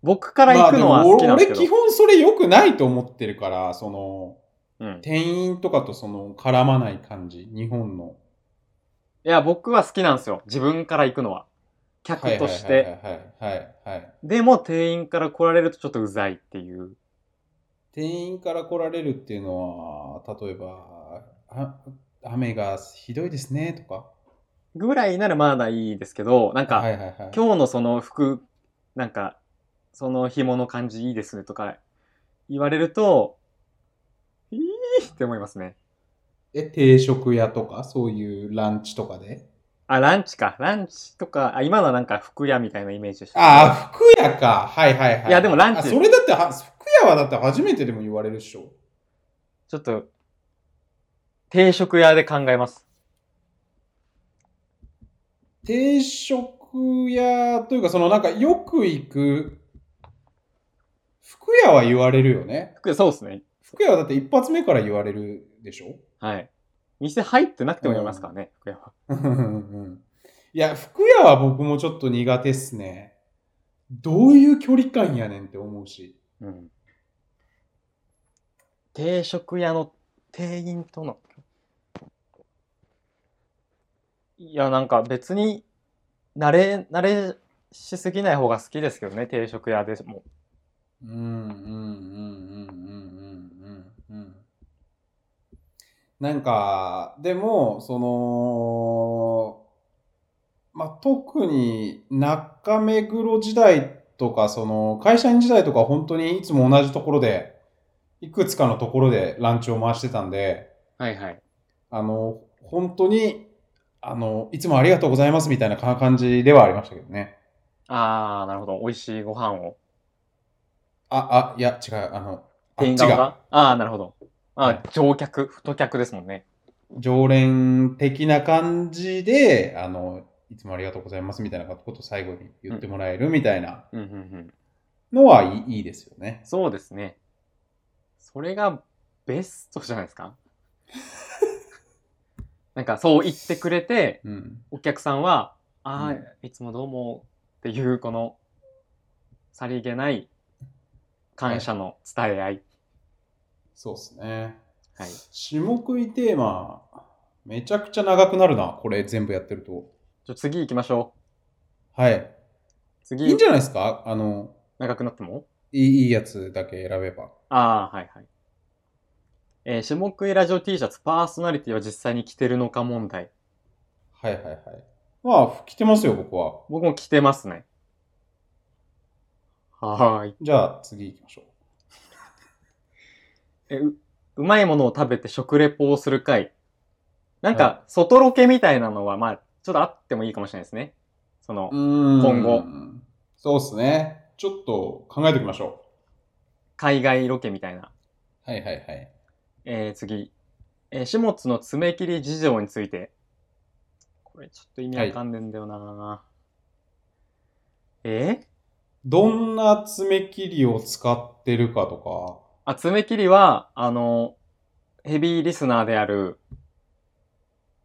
僕から行くのはまあ好きでなもんです俺けど。基本それ良くないと思ってるから、その、うん、い店員とかとその絡まない感じ、日本の。や、僕は好きなんですよ。自分から行くのは。客として。はいはいはいはい、はい。でも、店員から来られるとちょっとうざいっていう。店員から来られるっていうのは、例えば、あ雨がひどいですねとか。ぐらいならまだいいですけど、なんか、はいはいはい。今日のその服、なんか、その紐の感じいいですねとか言われると、いいって思いますね。え、定食屋とか、そういうランチとかで。あ、ランチか。ランチとか、あ今のはなんか服屋みたいなイメージでした。ああ、服屋か。はいはいはい。いやでもランチあそれだっては、服屋はだって初めてでも言われるでしょ。ちょっと、定食屋で考えます。定食屋というか、そのなんかよく行く、服屋は言われるよね。服屋、そうですね。服屋はだって一発目から言われるでしょ。 はい。店入ってなくても言いますからね、服屋は。うんうんいや、服屋は僕もちょっと苦手っすね。どういう距離感やねんって思うし。うん。定食屋の店員との。いや、なんか別に、慣れ、慣れしすぎない方が好きですけどね、定食屋でも。うんうんうんうんうんうんうん。なんか、でも、その、まあ、特に中目黒時代とか、その、会社員時代とか本当にいつも同じところで、いくつかのところでランチを回してたんで、はいはい。あの、本当に、あの、いつもありがとうございますみたいなか感じではありましたけどね。あー、なるほど。美味しいご飯を。あ、あ、いや、違う、あの、あっ店ち員側ががあー、なるほど。はあい、乗客、太客ですもんね。常連的な感じで、あの、いつもありがとうございますみたいなことを最後に言ってもらえるみたいなうんうんうん。のはいいいいですよね。そうですね。それがベストじゃないです かなんかそう言ってくれて、うん。お客さんは、ああ、うんいつもどうもっていう、この、さりげない感謝の伝え合い。そうですね。はい。下食いテーマ、めちゃくちゃ長くなるな、これ全部やってると。じゃあ次行きましょはい。う。いい次ん、じゃないですかあの、長くなってもいいいいやつだけ選べば。ああ、はいはい。えー、下食いラジオ T シャツ、パーソナリティは実際に着てるのか問題。はいはいはい。まあ、来てますよ、僕は。僕も着てますね。はーい。じゃあ、次行きましょう。えううまいものを食べて食レポをする会。なんか、外ロケみたいなのは、まあ、ちょっとあってもいいかもしれないですね。その、今後。そうですね。ちょっと考えておきましょ海外ロケみたいな。う。はいはいはい。えー、次。えー、始末の爪切り事情について。これちょっと意味わかんねえんだよな、えーどんな爪切りを使ってるかとか。あ、爪切りは、あの、ヘビーリスナーである、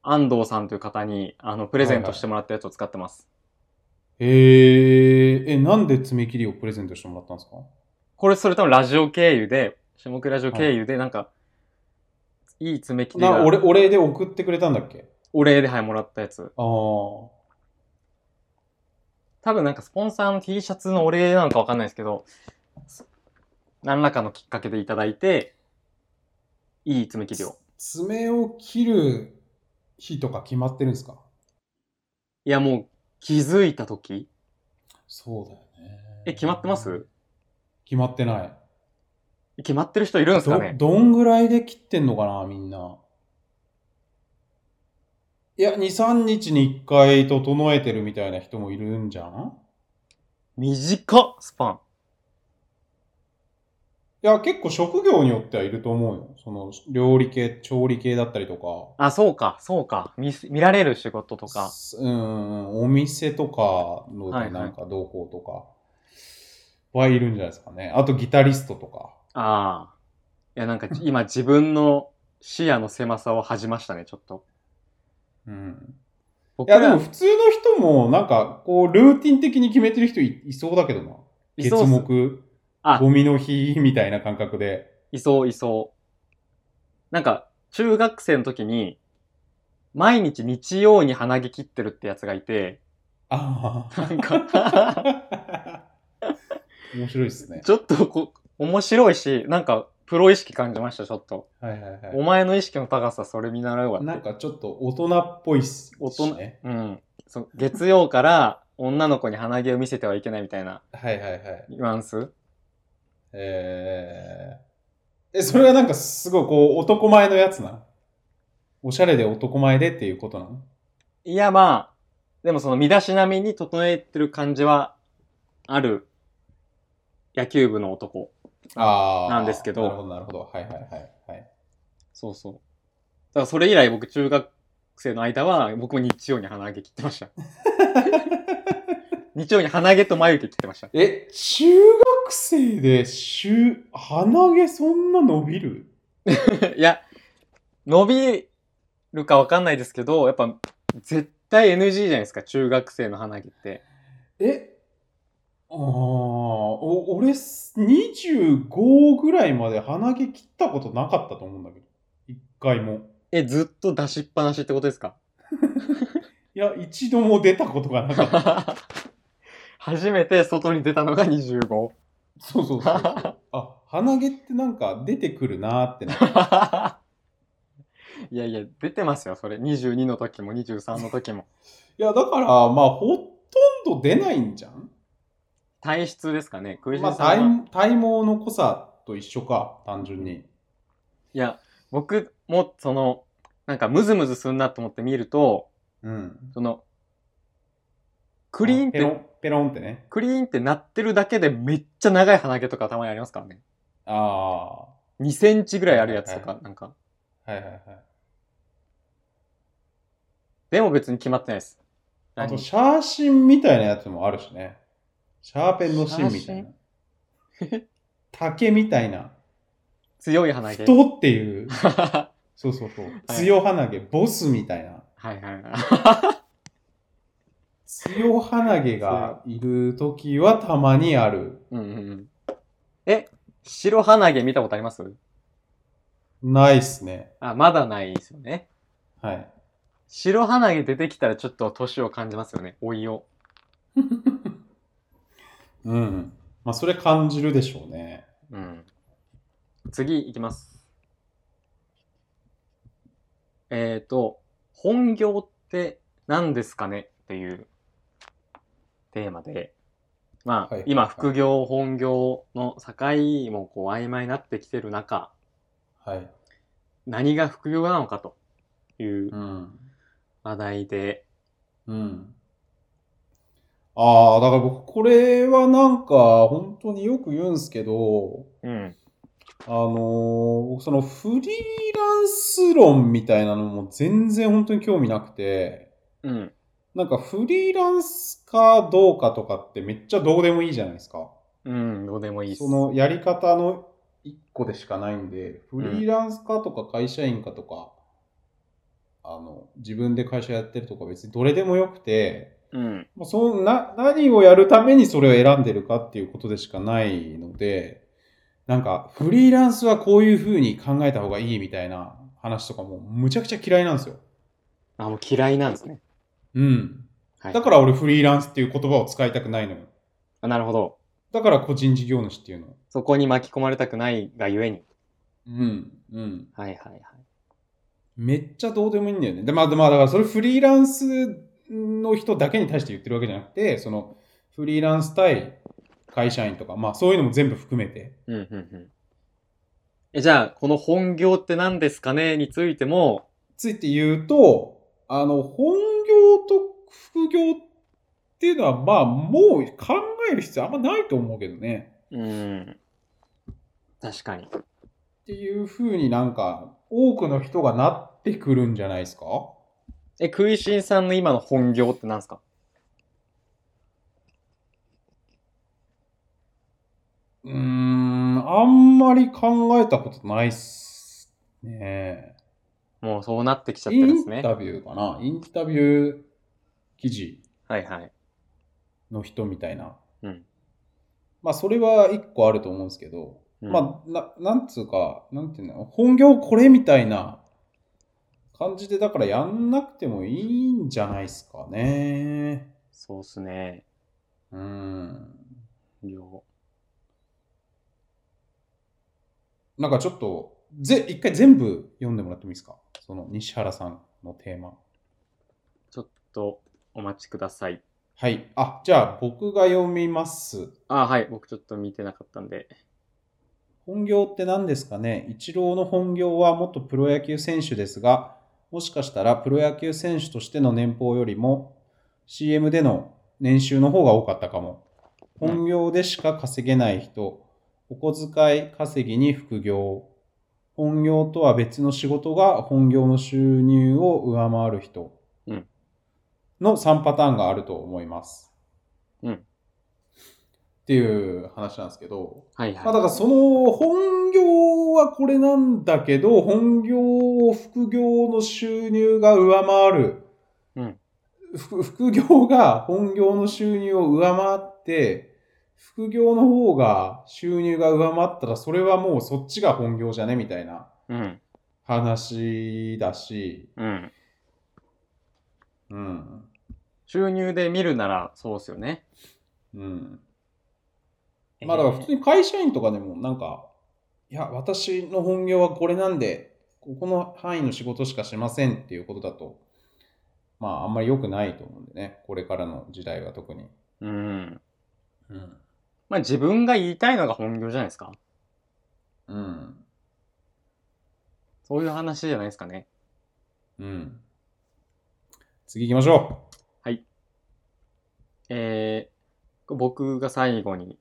安藤さんという方に、あの、プレゼントしてもらったやつを使ってます。へえー、え、なんで爪切りをプレゼントしてもらったんですかこれそれ多分ラジオ経由で、種目ラジオ経由で、なんか、い、い爪切りながお礼お礼で送ってくれたんだっけお礼ではいもらったやつ。ああ。多分なんかスポンサーの T シャツのお礼なのかわかんないですけど、何らかのきっかけでいただいて、いい爪切りを。爪を切る日とか決まってるんですかいやもう気づいた時そうだよね。え、決まってます決まってない。決まってる人いるんですかどねどんぐらいで切ってんのかなみんないや23日に1回整えてるみたいな人もいるんじゃん短っスパン。いや結構職業によってはいると思うよその料理系調理系だったりとかあ、そうか、そうか。見す見られる仕事とか。すうんお店とかのはいはいなんか同行とかはいるんじゃないですかねあとギタリストとかああ。いやなんか今自分の視野の狭さを恥じましたね、ちょっと。うんい僕やらでも普通の人もなんかこうルーティン的に決めてる人いいそうだけどない月そうっす木あゴミの日みたいな感覚で。いそういそう。なんか、中学生の時に、毎日日曜に鼻毛切ってるってやつがいて、あ なんか、 あ。面白いですね。ちょっとこ、面白いし、なんか、プロ意識感じました、ちょっと。はいはいはいお前の意識の高さ、それ見習うわなっんて。かちょっと大人っぽいっす大人しね。うん。そう月曜から女の子に鼻毛を見せてはいけないみたいなはいはいはい。ニュアンスえー、え、それはなんかすごいこう男前のやつなのおしゃれで男前でっていうことなのいや、まあ、でもその身だしなみに整えてる感じはある野球部の男。あーなんですけどなるほどなるほど。はいはいはい。はい、そうそう。だからそれ以来僕中学生の間は僕も日曜に鼻毛切ってま した。日曜に鼻毛と眉毛切ってました。え、中学生で週、鼻毛そんな伸びるいや、伸びるかわかんないですけど、やっぱ絶対 NG じゃないですか、中学生の鼻毛って。えああ、お俺す25ぐらいまで鼻毛切ったことなかったと思うんだけど。一回も。え、ずっと出しっぱなしってこと ですかいや、一度も出たことがなかった。初めて外に出たのが25。 そうそうそうそう。あ、鼻毛ってなんか出てくるなーってな。 いやいや、出てますよ、それ。22の時も23の時も。いや、だから、まあ、ほとんど出ないんじゃん体質ですかね、クイジまンあさんは。体、体毛の濃さと一緒か、単純に。いや、僕も、その、なんかムズムズすんなと思って見ると、うん。その、クリーンっペロて、ン、ペロンってね。クリーンってなってるだけでめっちゃ長い鼻毛とかたまにありますからね。あ2センチぐらいあるやつとはいはいか、なんか。あ。はいはいはい。でも別に決まってないです。あと、何シャーシンみたいなやつもあるしね。シャーペンの芯みたいな。竹みた いな。強い鼻毛。太っていう。はそうそうそう。はい強鼻毛、ボスみたいな。いはい はい。強鼻毛がいるときはたまにある。うんうんうん。え、白鼻毛見たことありますないっすね。あ、まだないですよね。はい。白鼻毛出てきたらちょっと年を感じますよね。老いを。うん。まあ、それ感じるでしょうね。うん。次行きます。えっ、ー、と、本業って何ですかねっていうテーマで、まあ、はい今副業、本業の境もこう曖昧になってきてる中、はい。何が副業なのかといううん。話題で、うん。ああ、だから僕、これはなんか、本当によく言うんすけど、うん。あのー僕そのフリーランス論みたいなのも全然本当に興味なくて、うん。なんかフリーランスかどうかとかってめっちゃどうでもいいじゃないですか。うん、どうでもいいです。そのやり方の一個でしかないんで、フリーランスかとか会社員かとか、あの、自分で会社やってるとか別にどれでもよくて、うん。もうそのな何をやるためにそれを選んでるかっていうことでしかないので、なんかフリーランスはこういうふうに考えた方がいいみたいな話とかもむちゃくちゃ嫌いなんですよ。あ、もう嫌いなんですね。うん。はい、だから俺フリーランスっていう言葉を使いたくないのよ。あなるほど。だから個人事業主っていうの。そこに巻き込まれたくないがゆえに。うん。うん。はいはいはい。めっちゃどうでもいいんだよね。で、まあ、でまあ、だからそれフリーランスの人だけに対して言ってるわけじゃなくて、そのフリーランス対会社員とか、まあそういうのも全部含めて。うんうんうん。え、じゃあ、この本業って何ですかねについても、ついて言うと、あの、本業と副業っていうのは、まあ、もう考える必要あんまないと思うけどね。うん。確かに。っていうふうになんか、多くの人がなってくるんじゃないですかえ、食いしんさんの今の本業って何ですかうーん、あんまり考えたことないっすね。もうそうなってきちゃってイるんでンすね。タビューかなインタビュー記事はいはい。の人みたいな。うんまあ、それは一個あると思うんですけど、うんまあ、な、なんつうか、なんていうの、本業これみたいな感じで、だからやんなくてもいいんじゃないですかね。そうっすね。うん。本業なんかちょっと、ぜ、一回全部読んでもらってもいいですかその西原さんのテーマ。ちょっとお待ちください。はい。あ、じゃあ僕が読みます。あーはい、僕ちょっと見てなかったんで。本業って何ですかね一郎の本業は元プロ野球選手ですが、もしかしたらプロ野球選手としての年俸よりも CM での年収の方が多かったかも。本業でしか稼げない人、お小遣い稼ぎに副業、本業とは別の仕事が本業の収入を上回る人うんの3パターンがあると思います。うんっていう話なんですけど、はいまあ、だはからその本業はこれなんだけど本業を副業の収入が上回る、うん。副副業が本業の収入を上回って副業の方が収入が上回ったらそれはもうそっちが本業じゃねみたいないうん。話だし、うん。うん収入で見るならそうですよね。うん、まあだから普通に会社員とかでもなんか、いや、私の本業はこれなんで、ここの範囲の仕事しかしませんっていうことだと、まああんまり良くないと思うんでね、これからの時代は特に。うん。うん。まあ自分が言いたいのが本業じゃないですか。うん。そういう話じゃないですかね。うん。次行きましょえー、僕が最後に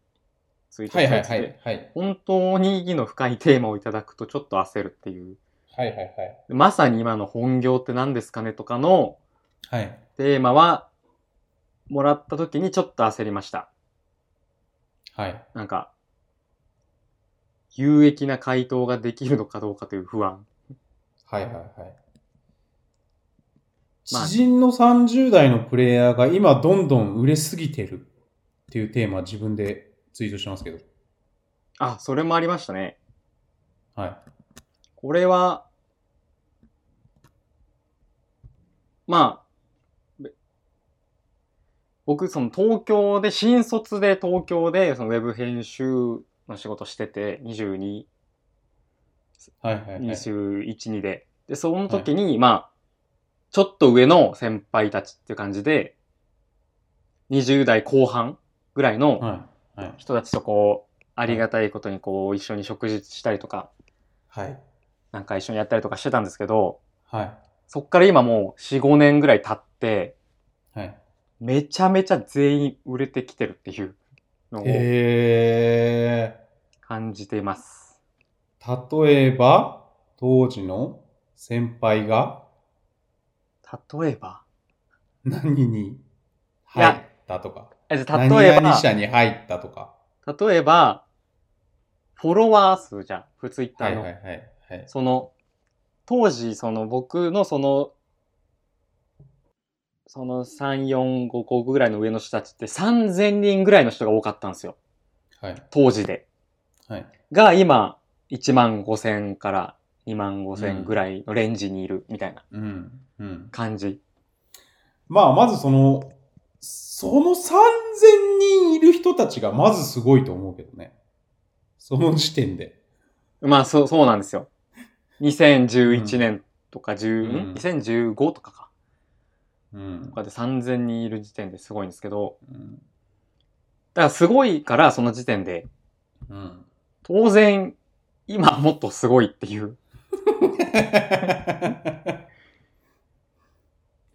ツイーう。トはしいたはいやつで、はい。はい本当に意義の深いテーマをいただくとちょっと焦るっていう、はいはいはい。まさに今の本業って何ですかねとかのはい。テーマは、もらった時にちょっと焦りました。はい。なんか、有益な回答ができるのかどうかという不安。はいはいはい。まあ知人の30代のプレイヤーが今どんどん売れすぎてるっていうテーマ自分でツイートしてますけど。あ、それもありましたね。はい。これは、まあ、べ僕、その東京で、新卒で東京で、そのウェブ編集の仕事してて、22、はいはいはい。 21、2で。で、その時に、まあ、ちょっと上の先輩たちっていう感じで、20代後半ぐらいのはい。はい。人たちとこう、ありがたいことにこう、一緒に食事したりとか、はい。なんか一緒にやったりとかしてたんですけど、はい。そっから今もう4、5年ぐらい経って、はい。めちゃめちゃ全員売れてきてるっていうのをえ感じています。ー、例えば、当時の先輩が例えば、何にいや入ったとか、えじゃあ何例え々ば、社に入ったとか。例えば、フォロワー数じゃん、普通イッタはーいの。はいはい。はい、その、当時、その僕のその、その3、4、5個ぐらいの上の人たちって3000人ぐらいの人が多かったんですよ。はい。当時で。はい。が今、1万5000から2万5000ぐらいのレンジにいるみたいなうん。うん。感じ。まあ、まずその、その3000人いる人たちがまずすごいと思うけどね。その時点で。まあ、そう、そうなんですよ。2011年とか10、うんん2015とかか。うんとかで3000人いる時点ですごいんですけど、うだん。からすごいから、その時点で、 うん。当然、今もっとすごいっていう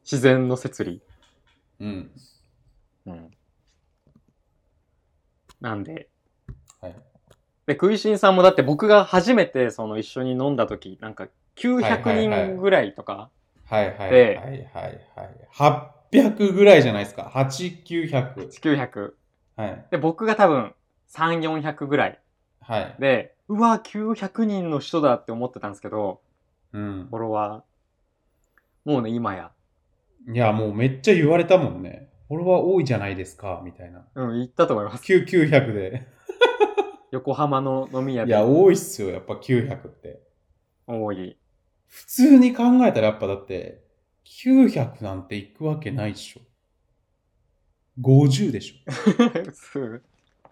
自然の摂理。うん。うん。なんで。はいで、クイシンさんもだって僕が初めてその一緒に飲んだ時、なんかはいはい900はい人ぐらいとか、はいはいはいではいはい。800ぐらいじゃないですか。8、900。 900。はい。で、僕が多分3、400ぐらいはい。で、うわ、900人の人だって思ってたんですけど、うんフォ。ロワー。もうね、今や。いや、もうめっちゃ言われたもんね。フォロワー多いじゃないですか、みたいな。うん、言ったと思います。 9、900で。横浜の飲み屋いでや、多いっすよ、やっぱ900って。多い。 普通に考えたらやっぱだって、900なんて行くわけないっしょ。50でしょ。普通。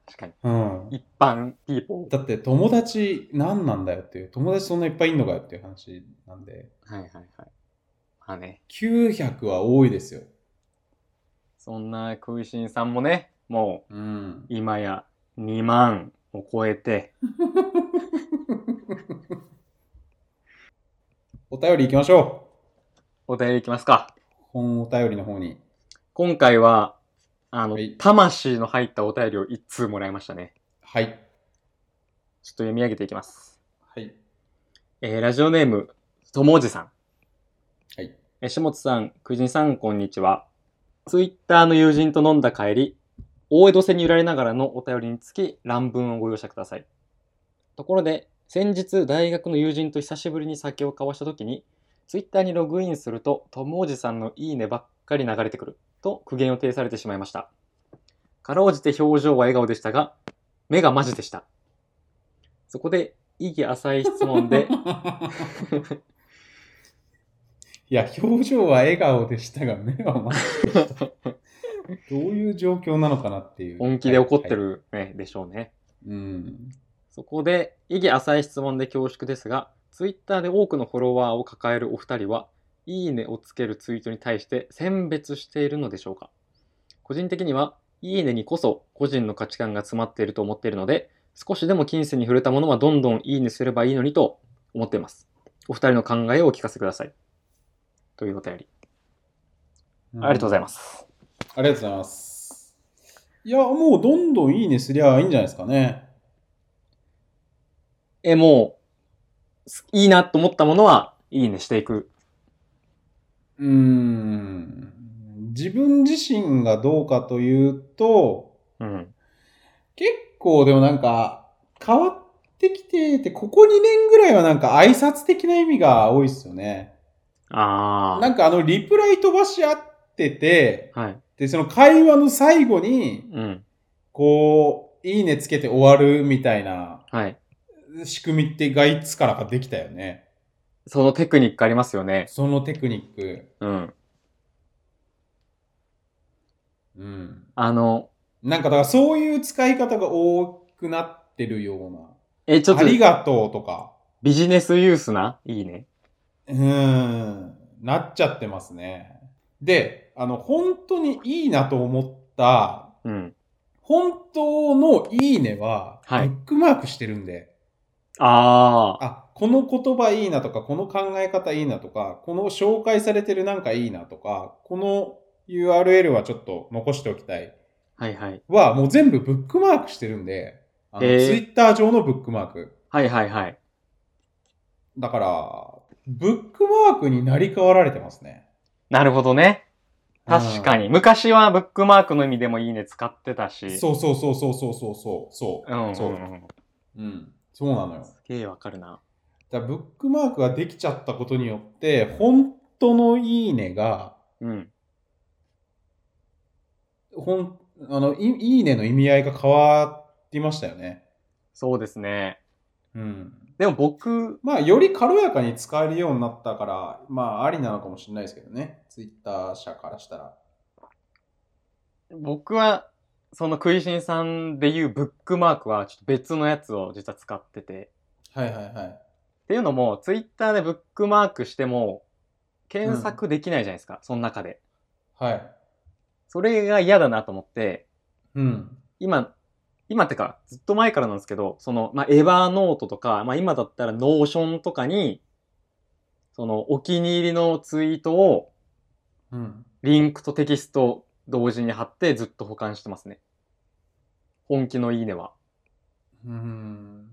確かに。うん。一般ピーポー。だって友達何なんだよっていう、友達そんないっぱいいんのかよっていう話なんで、はいはいはい。まあね、 900は多いですよ。そんな食いしんさんもね、もうんう。今や2万を超えて、お便り行きましょお便りいきますか。う。本お便りの方に。今回は、あの、はい魂の入ったお便りを1通もらいましたね。はい。ちょっと読み上げていきます。はい。えーラジオネーム、ともじさん。はい。えー、しもつさん、くじんさん、こんにちは。ツイッターの友人と飲んだ帰り、大江戸線に揺られながらのお便りにつき、乱文をご容赦ください。ところで、先日、大学の友人と久しぶりに酒を交わした時に、ツイッターにログインすると、ともおじさんのいいねばっかり流れてくる、と苦言を呈されてしまいました。かろうじて表情は笑顔でしたが、目がマジでした。そこで、意義浅い質問で、 いや、表情は笑顔でしたが、目はまどういう状況なのかなっていう。本気で怒ってはい。る、ね、でしょうね。はいうん。そこで、意義浅い質問で恐縮ですが、ツイッターで多くのフォロワーを抱えるお二人は、いいねをつけるツイートに対して選別しているのでしょうか個人的には、いいねにこそ個人の価値観が詰まっていると思っているので、少しでも金銭に触れたものはどんどんいいねすればいいのにと思っています。お二人の考えをお聞かせください。というお便り。ありがとうごうざいます。んありがとうございます。いや、もうどんどんいいねすりゃいいんじゃないですかね。え、もう、すいいなと思ったものは、いいねしていく。うーん。自分自身がどうかというと、うん。結構でもなんか変わってきてて、ここ2年ぐらいはなんか挨拶的な意味が多いっすよね。あなんかあのリプライ飛ばし合ってて、あ。はい。で、その会話の最後に、うん。こう、いいねつけて終わるみたいなはい。仕組みってがいつからかできたよね。そのテクニックありますよね。そのテクニック。うん。うん。あの、なんかだからそういう使い方が多くなってるような。え、ちょっあとりがとうとか、ビジネスユースないいね。うーん、なっちゃってますね。で、あの、本当にいいなと思った、うん。本当のいいねは、ブはいックマークしてるんで、ああ。あ、この言葉いいなとか、この考え方いいなとか、この紹介されてるなんかいいなとか、この URL はちょっと残しておきたいはいはい。は、もう全部ブックマークしてるんで、あの、へーツイッター上のブックマーク。はいはいはい。だから、ブックマークになり変わられてますね。なるほどね。確かに。昔はブックマークの意味でもいいね使ってたし。そうそうそうそうそうそうそうそう。うんうん、うん。そう。うん。そうなのよ。すげえわかるな。だからブックマークができちゃったことによって、本当のいいねが、うん。ほん、あの、いいいねの意味合いが変わりましたよね。そうですね。うん。でも僕、まあ、より軽やかに使えるようになったから、まあ、ありなのかもしれないですけどね。ツイッター社からしたら。僕は、その食いしんさんで言うブックマークはちょっと別のやつを実は使ってて。はいはいはい。っていうのも、ツイッターでブックマークしても、検索できないじゃないですか、その中で。はい。それが嫌だなと思って、うん。今、今ってか、ずっと前からなんですけど、その、まあ、エヴァーノートとか、まあ、今だったらノーションとかに、その、お気に入りのツイートを、うん。リンクとテキスト同時に貼ってずっと保管してますね。本気のいいねは。うん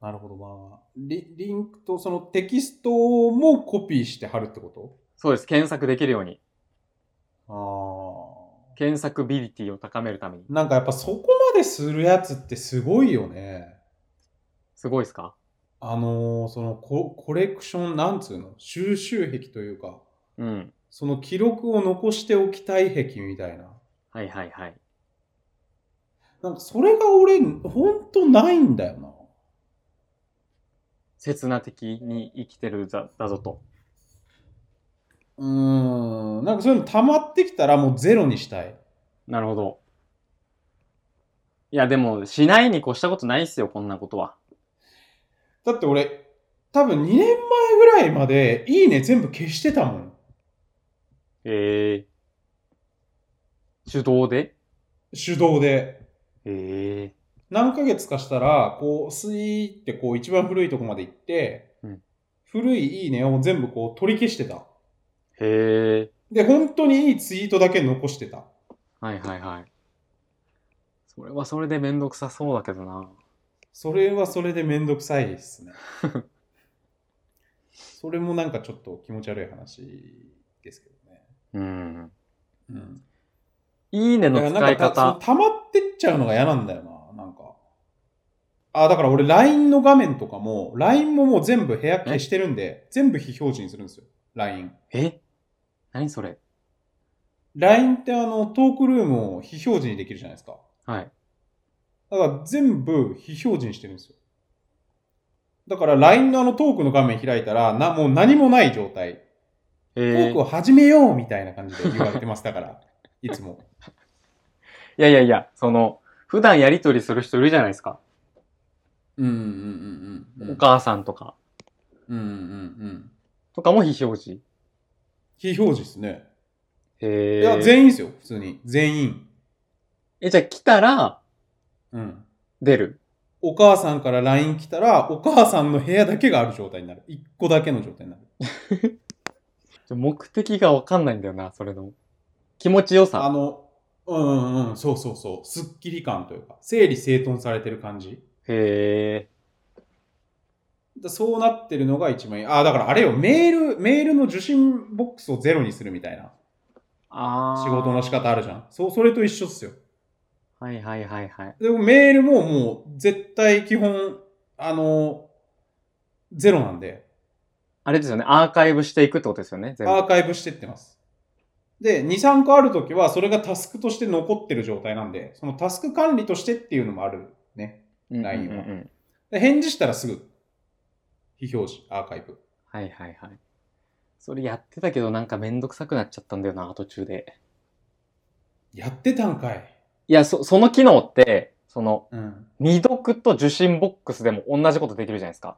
なるほどなリ。リンクとそのテキストもコピーして貼るってこそうです。検索できるように。とあ検索ビリティを高めるために。あ。なんかやっぱそこまでするやつってすごいよね。すごいですかあのーそのココレクションなんつうの収集癖というか、うん。その記録を残しておきたい癖みたいな。はいはいはい。なんかそれが俺、ほんとないんだよな。刹那的に生きてるだだぞと。うーん。なんかそういうの溜まってきたらもうゼロにしたい。なるほど。いや、でも、しないに越したことないっすよ、こんなことは。だって俺、多分2年前ぐらいまで、いいね全部消してたもん。えー、手動で手動で。え何ヶ月かしたら、こう、スイーってこう、一番古いとこまで行って、うん古いいいねを全部こう、取り消してた。ー、へえで、本当にいいツイートだけ残してた。ー、はいはいはい。それはそれでめんどくさそうだけどな。それはそれでめんどくさいです ね。それもなんかちょっと気持ち悪い話ですけどね。うん。うん。いいねのだから使ないんかた方。溜まってっちゃうのが嫌なんだよな、なんか。あ、だから俺 LINE の画面とかも、LINE ももう全部部屋消してるんで、全部非表示にするんですよ。LINE。え何それ LINE ってあの、トークルームを非表示にできるじゃないですか。はい。だから全部非表示にしてるんですよ。だから LINE のあのトークの画面開いたら、な、もう何もない状態。えトーークを始めようみたいな感じで言われてます。だ から、いつも。いやいやいや、その、普段やりとりする人いるじゃないですか。うんうんうんお母さんとか。うんうんうん。とかも非表示。非表示ですね。へいや、全員ですよ、普通に。全員。え、じゃあ来たらうん。出る。お母さんから LINE 来たら、お母さんの部屋だけがある状態になる。一個だけの状態になる。目的がわかんないんだよな、それの。気持ちよあさ。の、うんうんうん、そうそうそう。すっきり感というか、整理整頓されてる感じ。へだそうなってるのが一番いい。あ、だからあれよ、メール、メールの受信ボックスをゼロにするみたいなー。あー仕事の仕。方あるじゃん。そう、それと一緒っすよ。はいはいはいはい。でもメールももう絶対基本、あの、ゼロなんで、あれですよね、アーカイブしていくってことですよね、全部。アーカイブしてってます。で、2、3個あるときは、それがタスクとして残ってる状態なんで、そのタスク管理としてっていうのもあるね。うんうんうんうん LINE はで返事したらすぐ、非表示、アーカイブ。はいはいはい。それやってたけどなんかめんどくさくなっちゃったんだよな、途中で。やってたんかい。いや、そ、その機能って、その、うん。未読と受信ボックスでも同じことできるじゃないですか。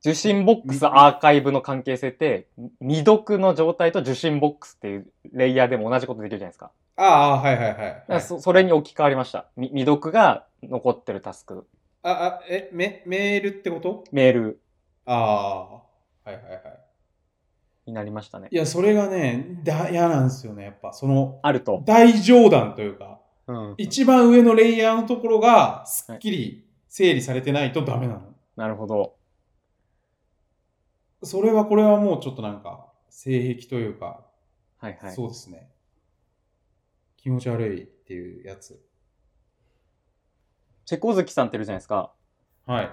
受信ボックスみアーカイブの関係性って、未読の状態と受信ボックスっていうレイヤーでも同じことできるじゃないですか。ああ、はいはいはだいかはらい。そそれに置き換わりました。み未読が残ってるタスク。あ、あ、え、メ、メールってことメールああ、はいはいはい。になりましたねい。や、それがね、だ、嫌なんですよね、やっぱ。その、あると。大上段というか、うん。一番上のレイヤーのところが、すっきり整理されてないとダメなの。なるほど。それは、これはもうちょっとなんか、性癖というか、はいはい。そうですね。気持ち悪いっていうやつ。チェコ好きさんっているじゃないですか。はい。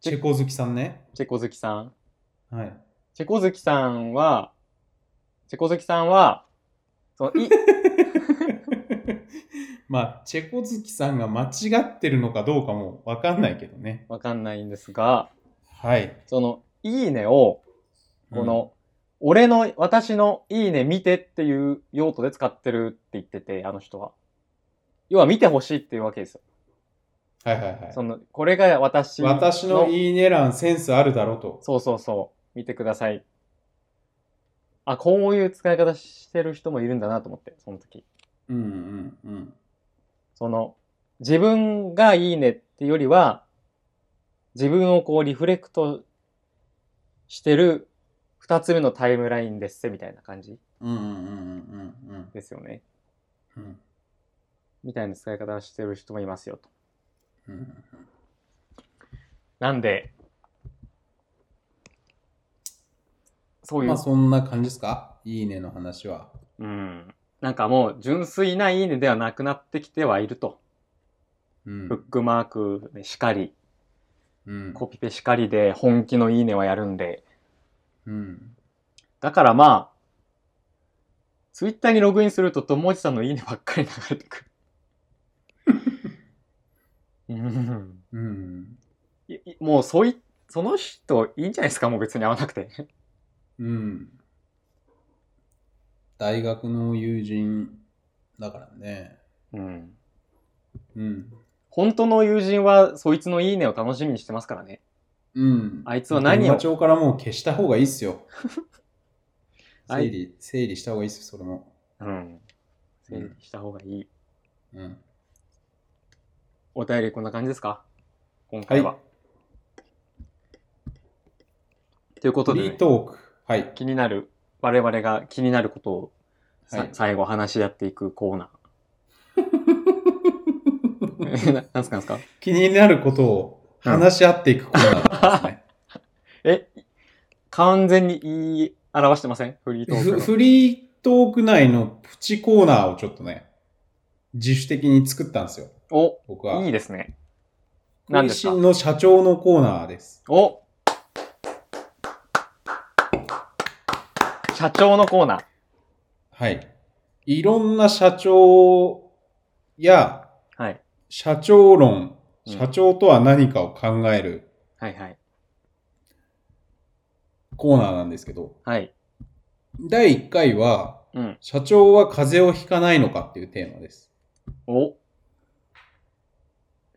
チェコ好きさんね。チェコ好きさん。 はい。チェコ好きさんは、チェコ好きさんは、その、い、 まあ、チェコ好きさんが間違ってるのかどうかもわかんないけどね。わかんないんですが、はい。その、いいねを、この、俺の、私のいいね見てっていう用途で使ってるって言ってて、あの人は。要は見てほしいっていうわけですよ。うん、はいはいはい。その、これが私私のいいね欄センスあるだろうと。そうそうそう。見てください。あ、こういう使い方してる人もいるんだなと思って、その時。うんうんうん。その、自分がいいねってよりは、自分をこうリフレクトしてる二つ目のタイムラインですみたいな感じうんうんうんうんですよね。うんうんみたいな使い方をしてる人もいますよと。うん。なんで、そういまうあ、そんな感じですかいいねの話は。うん。なんかもう純粋ないいねではなくなってきてはいると。うんブックマークしかり、うんコピペしかりで本気のいいねはやるんで。うん。だからまあ、ツイッターにログインすると友治さんのいいねばっかり流れてくる。 うんうん。いいもうそうい、その人いいんじゃないですかもう別に会わなくて。うん。大学の友人だからね。うん。うん。本当の友人はそいつのいいねを楽しみにしてますからね。うん。あいつは何を電話帳からもう消した方がいいっす よ。はい整理、整理した方がいいっすよ、それも。うん。整うん理した方がいい。うん。お便りこんな感じですか今はい。回フは。ということで、リねー、トーク。はい。気になる、我々が気になることをさ、はい最後話し合っていくコーナー。え ななんすかなんすか 気になることを話し合っていくコーナーですね。え、完全に言い表してませんフリートークふの。フリートーク内のプチコーナーをちょっとね、自主的に作ったんですよ。お、僕は。いいですね。何食でいすしかんの社長のコーナーです。お社長のコーナー。はい。いろんな社長やはい。社長論、うん社長とは何かを考えるはいはい。コーナーなんですけど、はい。第1回は、うん。社長は風邪をひかないのかっていうテーマです。お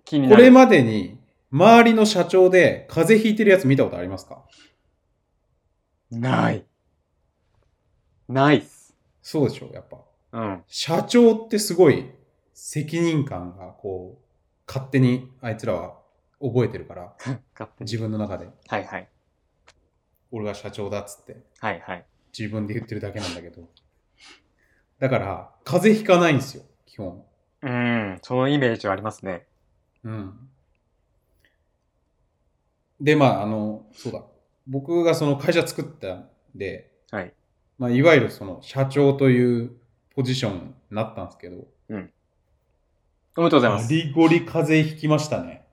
気にこなれる。までに、周りの社長で風邪ひいてるやつ見たことありますかない。ないっす。そうでしょやっぱ。うん。社長ってすごい責任感がこう、勝手にあいつらは覚えてるから、勝手に。自分の中で。はいはい。俺が社長だっつって、はいはい。自分で言ってるだけなんだけど。だから、風邪ひかないんですよ、基本。うん。そのイメージはありますね。うん。で、まあ、あの、そうだ。僕がその会社作ったんで、はい。まあ、いわゆるその社長というポジションになったんですけど、おめでとうございまゴす。リゴリ風邪ひきましたね。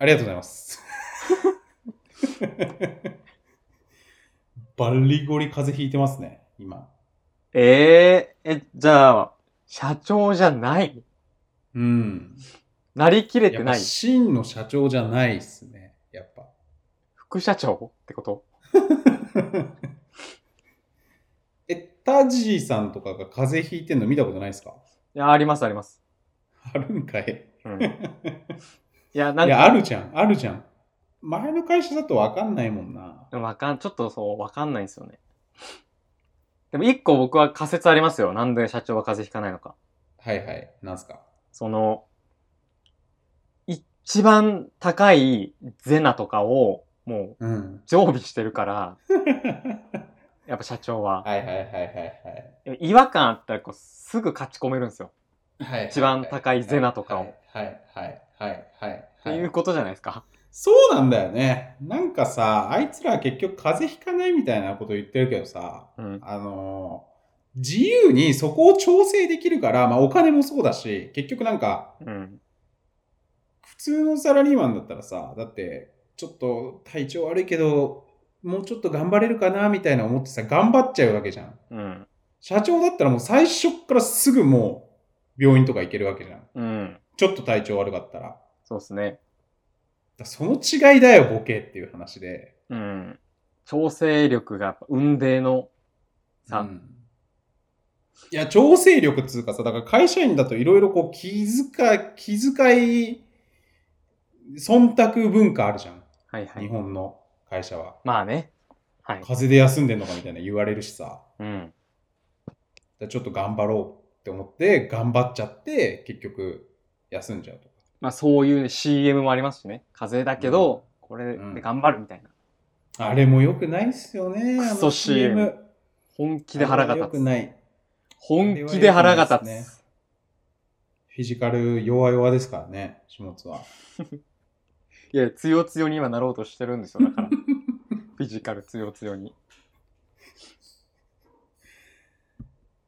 ありがとうございます。 バリゴリ風邪ひいてますね、今。えええ、じゃあ、社長じゃないうん。なりきれてやっなぱい真の社長じゃないっすね、やっぱ。副社長ってこと え、タジーさんとかが風邪ひいてんの見たことないですかいや、ありますあります。あるんかい。 うん。いや、なんいか、や、あるじゃん、あるじゃん。前の会社だとわかんないもんな。わかん、ちょっとそう、わかんないんですよね。でも一個僕は仮説ありますよ。なんで社長は風邪ひかないのか。はいはい、なんすか。その、一番高いゼナとかを、もう、 うん。常備してるから、やっぱ社長は。はいはいはいはい違和感あったら、こう、すぐ勝ち込めるんですよ。はい。はい一番高いゼナとかを。はいはいはいはいってはいいはうい。ことじゃないですか。そうなんだよね。なんかさ、あいつらは結局風邪ひかないみたいなこと言ってるけどさ、うん。あのー自由にそこを調整できるから、まあお金もそうだし、結局なんか、うん。普通のサラリーマンだったらさ、だって、ちょっと体調悪いけど、もうちょっと頑張れるかなみたいな思ってさ、頑張っちゃうわけじゃん。うん。社長だったらもう最初からすぐもう病院とか行けるわけじゃん。うん。ちょっと体調悪かったら。だかそうですね。らその違いだよ、ボケっていう話で。うん。調整力が、運命の差。うんいや、調整力っつうかさ、だから会社員だといろいろこう気遣い、気遣い、忖度文化あるじゃん。はいは日い。本の会社は。まあね。はい。風邪で休んでんのかみたいな言われるしさ。だかうん。らちょっと頑張ろうって思って、頑張っちゃって、結局休んじゃうとか。まあそういう CM もありますしね。風邪だけど、これで頑張るみたいな。あれも良くないっすよね。あのクソ CM 本気で腹があれは立良くつ。ない。本気で腹が立つ。フィジカル弱々ですからね、下津は。いや、つよつよに今なろうとしてるんですよ。だか ら。フィジカルつよつよに。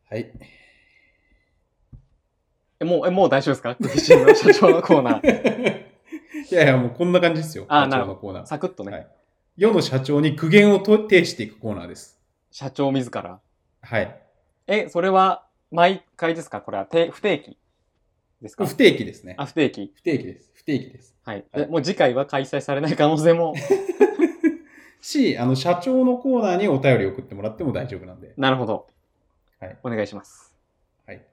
はい。 え、もう、え、もう大丈夫ですか自身の社長のコー ナー。いやいや、もうこんな感じですよ。あ社なる長ほのコーナー。サクッとね。はい世の社長に苦言をと呈していくコーナーです。社長自ら。はい。え、それは毎回ですかこれはて不定期ですか不定期ですね。あ、不定期。不定期です。不定期です。はい。はいでもう次回は開催されない可能性も。し、あの、社長のコーナーにお便り送ってもらっても大丈夫なんで。なるほど。はいお願いします。はい。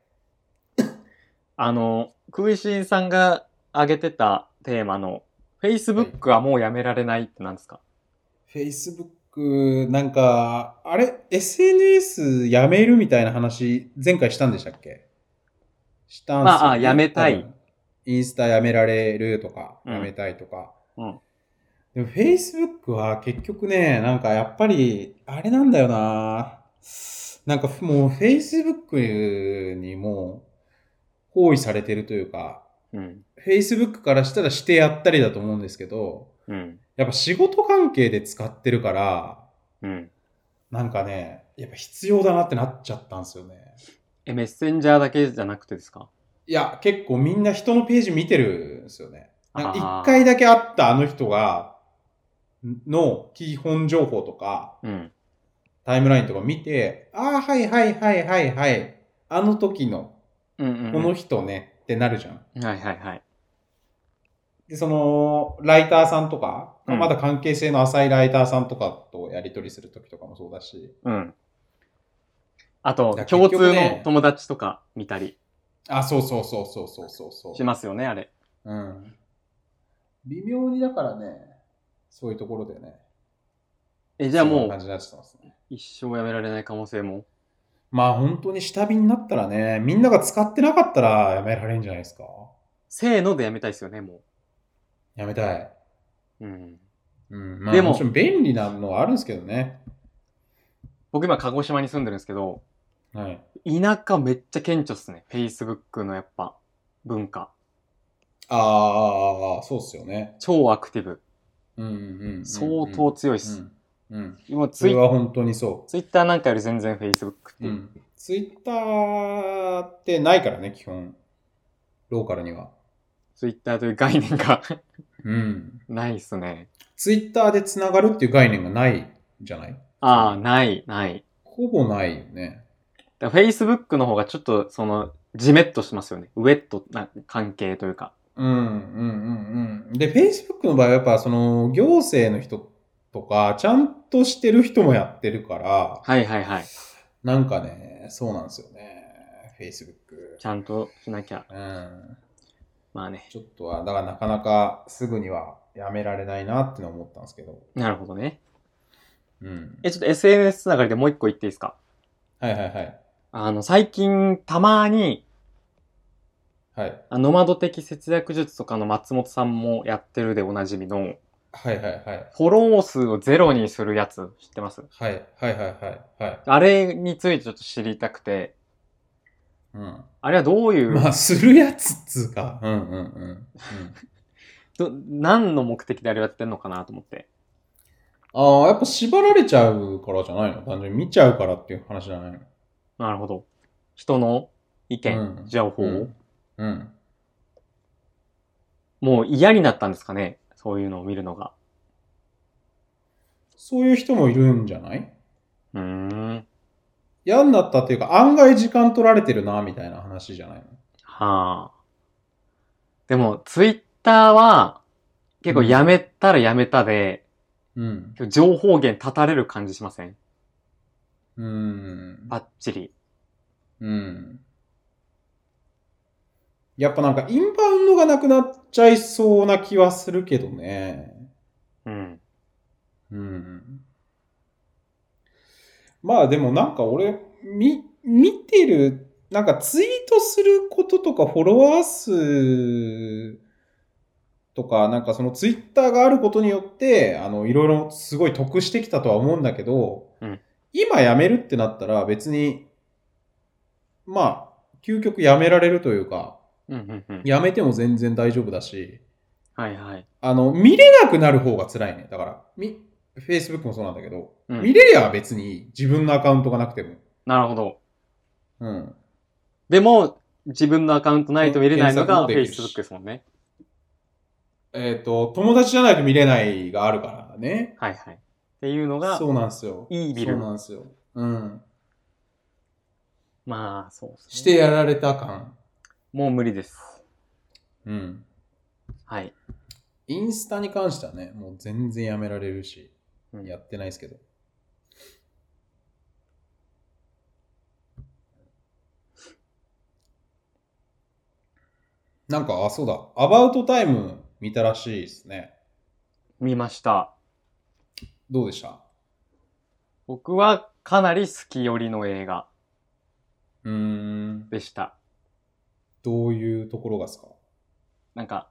あの、クイシンさんが挙げてたテーマの、Facebook はもうやめられないってなんですか、 Facebook、なんか、あれ、SNS やめるみたいな話、前回したんでしたっけしたんすよね、まああやめたい多分。インスタやめられるとか、うんやめたいとか。うんでも Facebook は結局ね、なんかやっぱり、あれなんだよななんかもう Facebook にもう包囲されてるというか、うん。 Facebook からしたらしてやったりだと思うんですけど、うん。やっぱ仕事関係で使ってるから、うん。なんかね、やっぱ必要だなってなっちゃったんですよね。え、メッセンジャーだけじゃなくてですかいや、結構みんな人のページ見てるんですよね。なんかあー一回だけ会ったあの人が、の基本情報とか、うん。タイムラインとか見て、ああ、はいはいはいはいはい、あの時の、うんうん、この人ね、ってなるじゃん。はいはいはい。で、その、ライターさんとか、うんまだ関係性の浅いライターさんとかとやり取りする時とかもそうだし、うん。あと、だから共結通局ねの友達とか見たりあ、そうそうそうそうそうそうそう。しますよね、あれ。うん。微妙にだからね、そういうところでね。え、じじゃあもう感、じになっちゃってますね。一生やめられない可能性も。まあ本当に下火になったらね、みんなが使ってなかったらやめられんじゃないですか。せーのでやめたいですよね、もやめたい。う。うん。うん。まあででもも、もちろん便利なのはあるんですけどね。僕今、鹿児島に住んでるんですけど、はい。田舎めっちゃ顕著っすね。Facebook のやっぱ、文化。ああ、そうっすよね。超アクティブ。うんうんうん、うん。相当強いっす。うん。うん。今そツイれ、は本当にそツイッターなんかより全然 Facebook ってう。いうう。ん。ツイッターってないからね、基本。ローカルには。ツイッターという概念が うん。ないっすね。ツイッターでつながるっていう概念がないんじゃないああ、ない、ない。ほぼないよね。だから Facebook の方がちょっと、その、じめっとしますよね。ウェットな関係というか。うんうんうんうん。で、Facebook の場合はやっぱその行政の人とか、ちゃんとしてる人もやってるから、はいはいはい。なんかね、そうなんですよね。Facebook。ちゃんとしなきゃ。うん。まあね。ちょっとは、だからなかなかすぐにはやめられないなってのは思ったんですけど。なるほどね。うん。え、ちょっと SNS つながりでもう一個言っていいですかはいはいはい。あの、最近、たまに、はい。あノマド的節約術とかの松本さんもやってるでおなじみの、はいはいはい。フォロー数をゼロにするやつ、知ってますはいはいはいはい。はい。あれについてちょっと知りたくて、うん。あれはどういう、まあ、するやつっつうか。うんうんうん。うん、ど何の目的であれをやってんのかなと思って。ああ、やっぱ縛られちゃうからじゃないの単純に見ちゃうからっていう話じゃないのなるほど。人の意見、うん情報、うんうん。もう嫌になったんですかねそういうのを見るのが。そういう人もいるんじゃないうーん。嫌になったっていうか、案外時間取られてるな、みたいな話じゃないのはあ。でも、ツイッターは、結構やめたらやめたで、うん。結構情報源立たれる感じしませんうん。バッチリ。うん。やっぱなんかインバウンドがなくなっちゃいそうな気はするけどね。うん。うん。まあでもなんか俺、み、見てる、なんかツイートすることとかフォロワー数とか、なんかそのツイッターがあることによって、あの、いろいろすごい得してきたとは思うんだけど、うん今やめるってなったら別に、まあ、究極やめられるというか、うんうんうん。やめても全然大丈夫だし、はいはい。あの、見れなくなる方が辛いね。だから、み、Facebook もそうなんだけど、うん見れりゃ別にいい自分のアカウントがなくても。なるほど。うん。でも、自分のアカウントないと見れないのが検索 Facebook もできるしですもんね。えっ、と、友達じゃないと見れないがあるからね。はいはい。っていうのが、そうなんですよ。いいビルそうなんですよ。うん。まあ、そうですね。してやられた感。もう無理です。うん。はい。インスタに関してはね、もう全然やめられるし、うんやってないですけど。なんか、あ、そうだ。アバウトタイム見たらしいですね。見ました。どうでした僕はかなり好き寄りの映画うーん。でした。どういうところがですかなんか、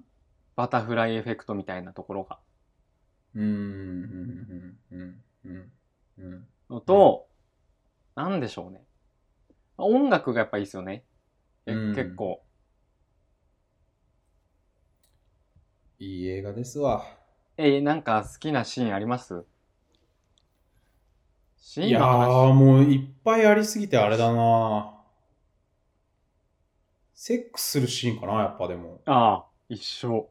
バタフライエフェクトみたいなところが。うーん、うん、うん、うん、うん。のと、なんでしょうね。まあ音楽がやっぱいいですよね。えうん結構。いい映画ですわ。えーなんか好きなシーンありますシいーンやのー、話。もういっぱいありすぎてあれだなセックスするシーンかな、やっぱでも ああ、一緒。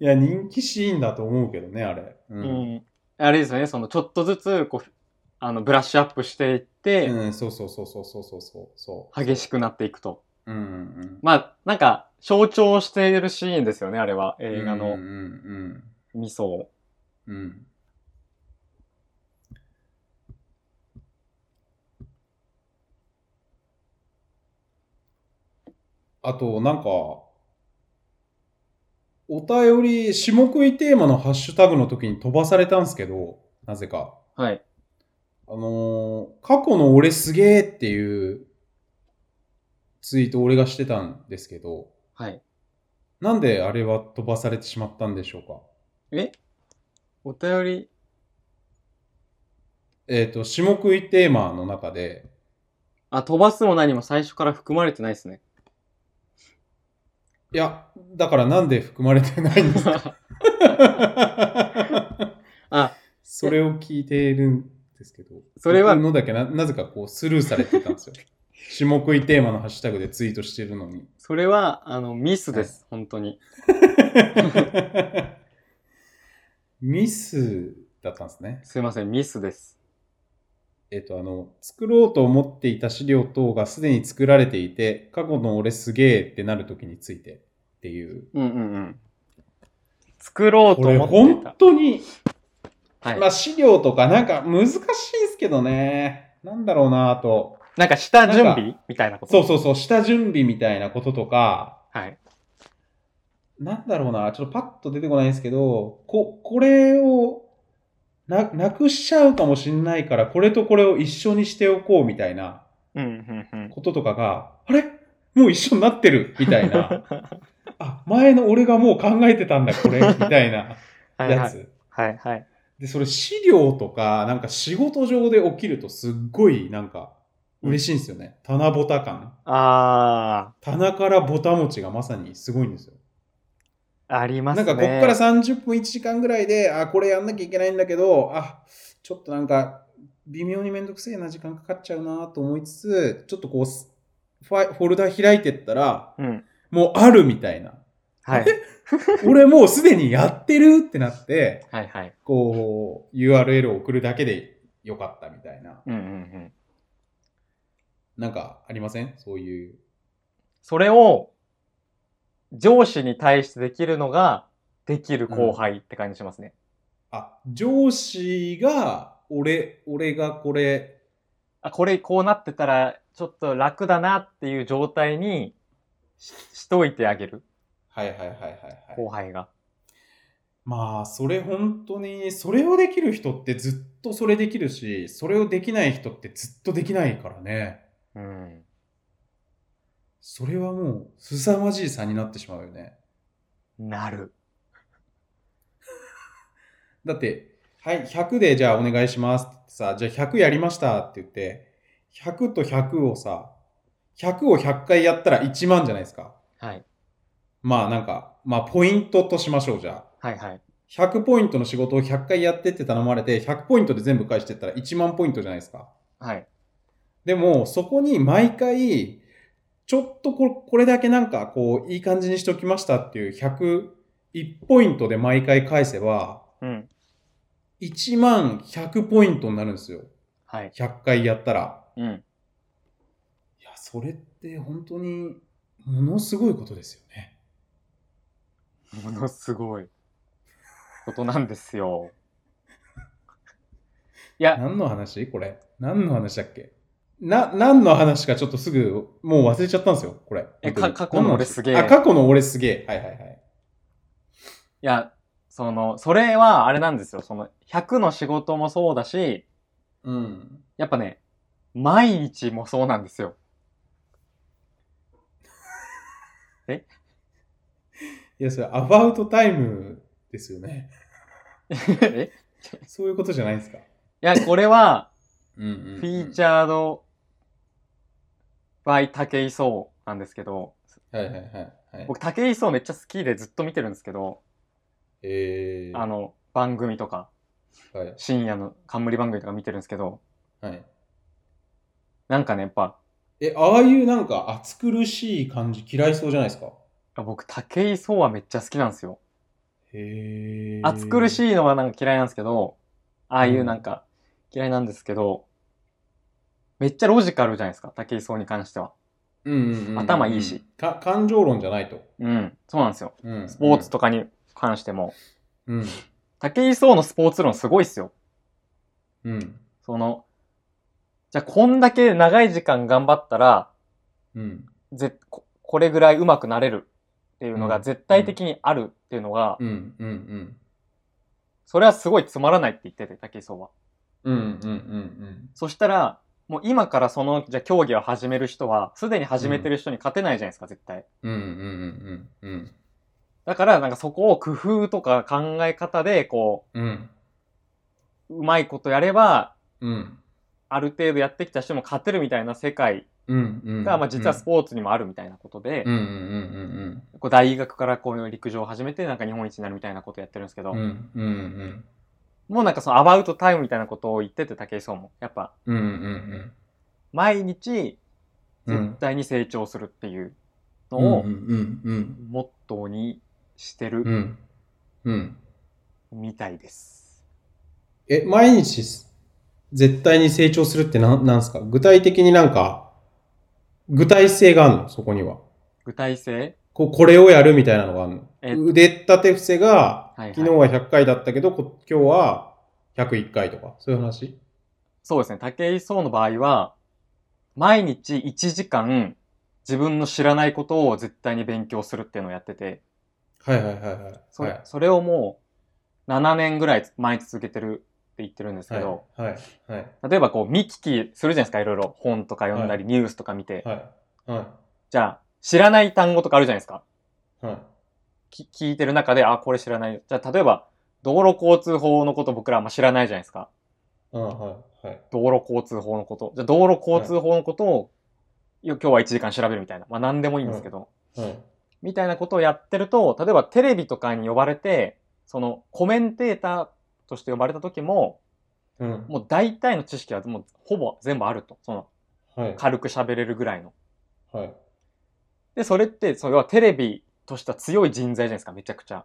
いや、人気シーンだと思うけどね、あれ。うう。ん。あれですよね、その、ちょっとずつ、こう、あの、ブラッシュアップしていって、うん、そうそうそうそうそうそうそうそ激しくなっていくと。う。うんうん、まあ、なんか、象徴しているシーンですよね、あれは。映画うんのうん味噌を。うんうん。あと、なんか、お便り、下食いテーマのハッシュタグの時に飛ばされたんですけど、なぜか。はい。あのー過去の俺すげーっていうツイートを俺がしてたんですけど、はい。なんであれは飛ばされてしまったんでしょうかお便り、えっ、と、下食いテーマの中で、あ、飛ばすも何も最初から含まれてないですね。 いや、だからなんで含まれてないんですか あ、それを聞いているんですけど、それは僕のだけななぜかこうスルーされてたん ですよ。下食いテーマのハッシュタグでツイートしてるのに。それは、あの、ミスです、本当に。ミスだったんですね。すいません、ミスです。えっと、あの、作ろうと思っていた資料等がすでに作られていて、過去の俺すげえってなるときについてっていう。うんうんうん。作ろうとこれ思って本当に、た。はいま。あ資料とかなんか難しいですけどね。なんだろうなぁと。なんか下準なん備みたいなこと。そうそうそう、下準備みたいなこととか、はい。なんだろうなちょっとパッと出てこないんですけど、こ、これを、な、なくしちゃうかもしんないから、これとこれを一緒にしておこうみたいなうんうんうん。こととかが、あれもう一緒になってるみたい な。あ、前の俺がもう考えてたんだ、これ、みたいなはいはやい。つ。はいはい。で、それ資料とか、なんか仕事上で起きるとすっごいなんか嬉しいんですよね。棚ぼた感。あ棚からぼた持ちがまさにすごいんですよ。ー、ありますなね。んかこっから30分1時間ぐらいで、あ、これやんなきゃいけないんだけど、あ、ちょっとなんか微妙にめんどくせえな時間かかっちゃうなと思いつつ、ちょっとこうすファイ、フォルダ開いてったら、うん。もうあるみ たいな。はい。俺もうすでにやってるってなって、はいはい。こう URL を送るだけでよかったみたいな。うんうんうん。なんかありませんそういう。それを、上司に対してできるのが、できる後輩って感じしますね。あ、上司が、俺、俺がこれ、あ、これこうなってたら、ちょっと楽だなっていう状態にししといてあげる、はいはいはいはい、はい後。輩が。まあ、それ本当に、それをできる人ってずっとそれできるし、それをできない人ってずっとできないからね。うん。それはもう、凄まじい差になってしまうよね。なる。だって、はい、100でじゃあお願いしますってさ、じゃあ100やりましたって言って、100と100をさ、100を100回やったら1万じゃないですか。はい。まあなんか、まあポイントとしましょうじゃあ。はいはい。 100ポイントの仕事を100回やってって頼まれて、100ポイントで全部返してったら1万ポイントじゃないですか。はい。でも、そこに毎回、ちょっとここれだけなんかこう、いい感じにしときましたっていう101ポイントで毎回返せば、うん。 1万100ポイントになるんですよ。はい。 100回やったら。うん。いや、それって本当に、ものすごいことですよね。ものすごいことなんですよ。いや、 何の話これ。何の話だっけな、何の話かちょっとすぐ、もう忘れちゃったんですよ、これ。え本当にか過去の俺すげえあ、過去の俺すげえ。はいはいはい。いや、その、それはあれなんですよ。その、100の仕事もそうだし、うん。やっぱね、毎日もそうなんですよ。いや、それ、アバウトタイムです よね。えそういうことじゃないです か。いや、これは、うんうん、フィーチャード、by 武井壮なんですけど、ャー。はいはいはい。はい、僕、武井壮めっちゃ好きでずっと見てるんですけど、えー、あの、番組とか、はい。深夜の冠番組とか見てるんですけど、はい。なんかね、やっぱ、え、ああいうなんか暑苦しい感じ嫌いそうじゃないですか。僕、武井壮はめっちゃ好きなんですよ。へー暑苦しいのはなんか嫌いなんですけど、ああいうなんか嫌いなんですけど、めっちゃロジカルじゃないですか、武井壮に関しては。うんうんうんうん頭いいしか。感情論じゃないと。うん、そうなんですよ。うん、スポーツとかに関しても。うん。武井壮のスポーツ論すごいっすよ。うん。その、じゃあこんだけ長い時間頑張ったら、うん。ぜここれぐらい上手くなれるっていうのうがん絶対的にあるっていうのが、うん。うん。うん。それはすごいつまらないって言ってて、武井壮は。うん。うん。うん。そしたら、もう今からその、じゃあ競技を始める人は、すでに始めてる人に勝てないじゃないですか、絶対。うん。うん。うん。うん。だから、なんかそこを工夫とか考え方で、こうん。う、うまいことやれば、うん。ある程度やってきた人も勝てるみたいな世界うん。うん。が、まあ実はスポーツにもあるみたいなことで、うん。うん。うん。こう大学からこう陸上を始めて、なんか日本一になるみたいなことやってるんですけど、うん。うん。うん。うん。もうなんかそのアバウトタイムみたいなことを言ってて、武井壮も。やっぱ、うん。うん。毎日、うん。絶対に成長するっていうのうん。をう、ん。モットーにしてうるん。うん。みたいです。え、毎日す絶対に成長するってなんなんですか具体的になんか、具体性があるのそこには。具体性ここれをやるみたいなのがあるの。え腕立て伏せが、いはい昨日は100回だったけど、こ今日は101回とか、そういう話そうですね。武井壮の場合は、毎日1時間自分の知らないことを絶対に勉強するっていうのをやってて、はいはいはいはい。そ,、はいそれをもう7年ぐらい毎日続けてるって言ってるんですけど、はいはいはい例えばこう見聞きするじゃないですか、いろいろ本とか読んだり、ニュースとか見て、はいはじゃあ知らない単語とかあるじゃないですか。いはいき聞いてる中で、あ、これ知らない。じゃあ例えば道路交通法のこと僕らあんま知らないじゃないですか。うんはいはい道路交通法のこと。じゃあ道路交通法のことを、よ今日は1時間調べるみたいな。まあ何でもいいんですけど、はいみたいなことをやってると、例えばテレビとかに呼ばれて、そのコメンテーターとして呼ばれた時も、うんもう大体の知識はもうほぼ全部あると。そのはい軽く喋れるぐらいの。はいで、それって、それはテレビとした強い人材じゃないですか、めちゃくちゃ。ああ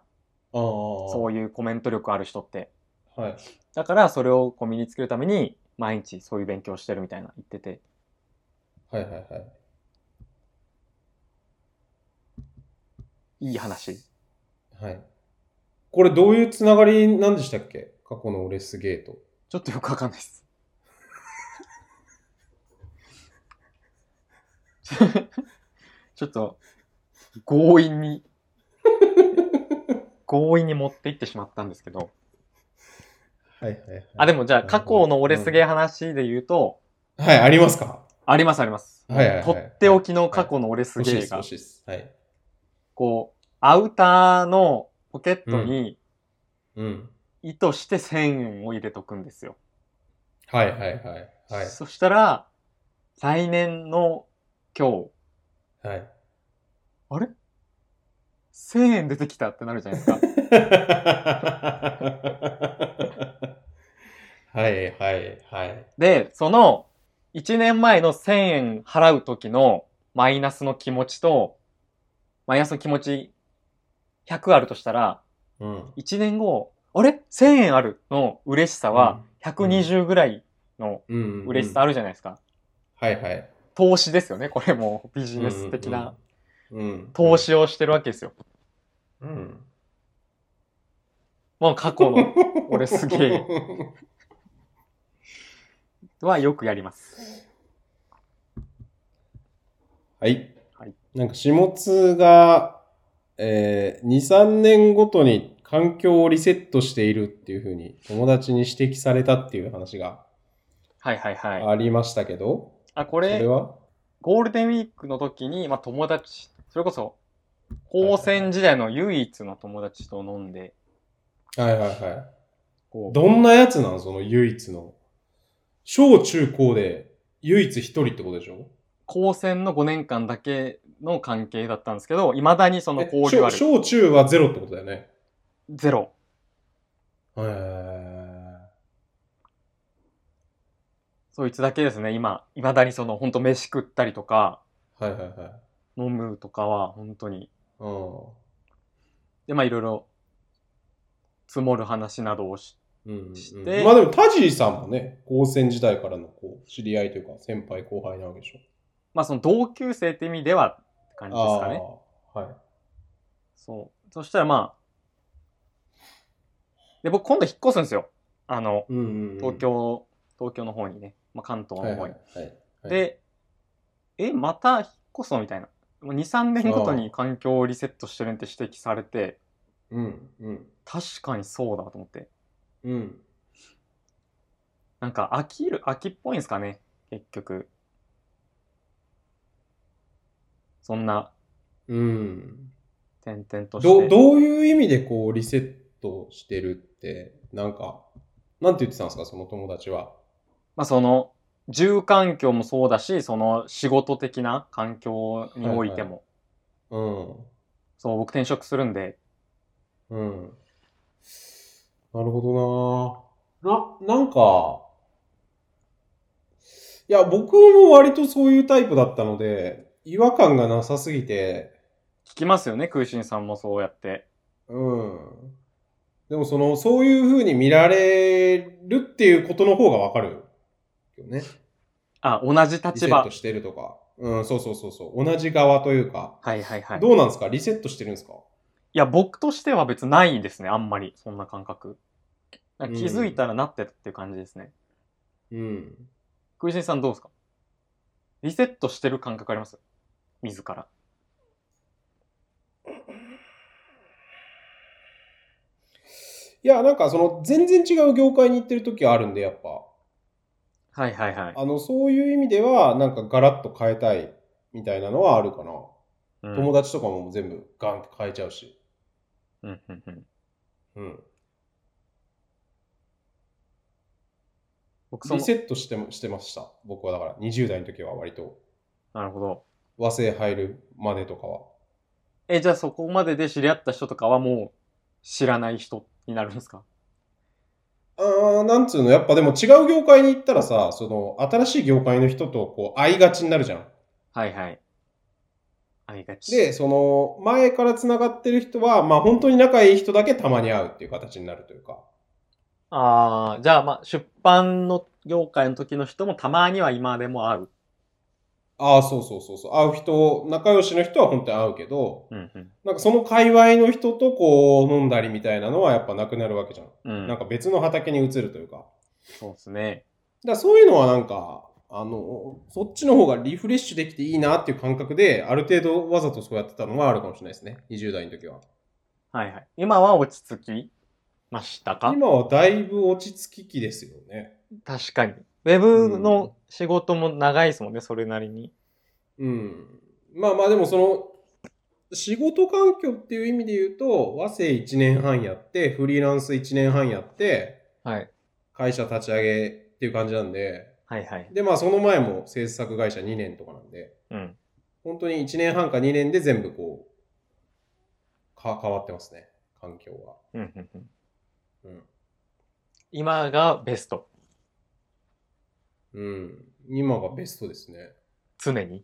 そういうコメント力ある人って。はいだからそれをこう身につけるために、毎日そういう勉強をしてるみたいな言ってて。はいはいはいいい話。はいこれどういうつながりなんでしたっけ過去の俺すげえとちょっとよくわかんないです。 ちょっと、強引に、強引に持っていってしまったんですけど。はいはいはいあ、でもじゃあ、過去の俺すげえ話で言うと、はいありますかありますあります。はいはいはいとっておきの過去の俺す欲しいげでえすが欲、しいですはいこう、アウターのポケットにうん意図して1000円を入れとくんですよ。はいはいはいはいそしたら、来年の今日、はいあれ ?1000 円出てきたってなるじゃないですか。 はいはいはいで、その、1年前の1000円払う時のマイナスの気持ちと、マイナスの気持ち100あるとしたら、うん1年後、あれ ?1000 円あるの嬉しさは120ぐらいのうんうんうん嬉しさあるじゃないですか。はいはい投資ですよね。これもビジネス的なうんうんうん投資をしてるわけですよ。うんもう過去の俺すげえはよくやります。 はい。はいなんか、下津が、えー、2、3年ごとに環境をリセットしているっていうふうに、友達に指摘されたっていう話がはいはいはい。 ありましたけど、あ、こそれれ、はゴールデンウィークの時に、まあ友達、それこそ、高専時代の唯一の友達と飲んで、はいはいはこい。う、どんなやつなんその唯一の。小中高で唯一一人ってことでしょ高専の5年間だけの関係だったんですけど、いまだにそのえ交流あ小る。小中はゼロってことだよね。ゼロ。へーそいつだけですね、今、いまだにその、本当飯食ったりとか、はいはいはい。飲むとかは、本当に。うん。で、まあいろいろ、積もる話などをし、うんうんしてまあでも田尻さんもね、高専時代からのこう知り合いというか、先輩後輩なわけでしょ。まあその同級生って意味では、って感じですかね。あーはい。そう。そしたらまあ、で、僕今度引っ越すんですよ。あの、うんうんうん東京、東京の方にね、まあ、関東のはい方はいに。はい。はい、で、え、また引っ越すのみたいな。もう2、3年ごとに環境をリセットしてるって指摘されて、うんうん確かにそうだと思って。うん。なんか飽きる、飽きっぽいんですかね、結局。そんな、うん。点々として。どどういう意味でこうリセットしてるって、なんか、なんて言ってたんですか、その友達は。まあその、住環境もそうだし、その仕事的な環境においても、はいうん。そう、僕転職するんで、うん。なるほどなな、なんか、いや、僕も割とそういうタイプだったので、違和感がなさすぎて、聞きますよね、空心さんもそうやって。うん。でもその、そういう風に見られるっていうことの方がわかるよね。あ、同じリ立セッ場ト。してるとか。うん、そうそうそうそう。同じ側というか。はいはいはい。いどうなんですかリセットしてるんですかや、僕としては別にないんですね、あんまり、そんな感覚。なんか気づいたらなってたっていう感じですね。うん。空心さんどうですかリセットしてる感覚あります自ら。いや、なんかその、全然違う業界に行ってる時はあるんで、やっぱ。はいはいはい。あの、そういう意味では、なんかガラッと変えたいみたいなのはあるかな。うん友達とかも全部ガンって変えちゃうし。うんうんうんうん。僕そリの、セットしてもしてました。僕はだから、20代の時は割と。なるほど。和製入るまでとかは。え、じゃあそこまでで知り合った人とかはもう知らない人になるんですかあーなんつうの、やっぱでも違う業界に行ったらさ、その、新しい業界の人とこう、会いがちになるじゃん。はいはい。ありがち。で、その、前から繋がってる人は、まあ本当に仲いい人だけたまに会うっていう形になるというか。ああ、じゃあ、まあ、出版の業界の時の人もたまには今でも会う。ああ、そうそうそうそう。会う人、仲良しの人は本当に会うけど、うんうん。なんかその界隈の人とこう飲んだりみたいなのはやっぱなくなるわけじゃん。うん、なんか別の畑に移るというか。だかそうですね。らそういうのはなんか、あの、そっちの方がリフレッシュできていいなっていう感覚で、ある程度わざとそうやってたのはあるかもしれないですね。20代の時は。はいはい。今は落ち着きましたか今はだいぶ落ち着き期ですよね。確かに。ウェブの仕事も長いですもんね、それなりに。うん。まあまあでもその、仕事環境っていう意味で言うと、和製1年半やって、フリーランス1年半やって、はい。会社立ち上げっていう感じなんで、はいはい。で、まあその前も制作会社2年とかなんで、うん。本当に1年半か2年で全部こう、か変わってますね、環境は。うんうんうんうん。今がベスト。うん。今がベストですね。常に。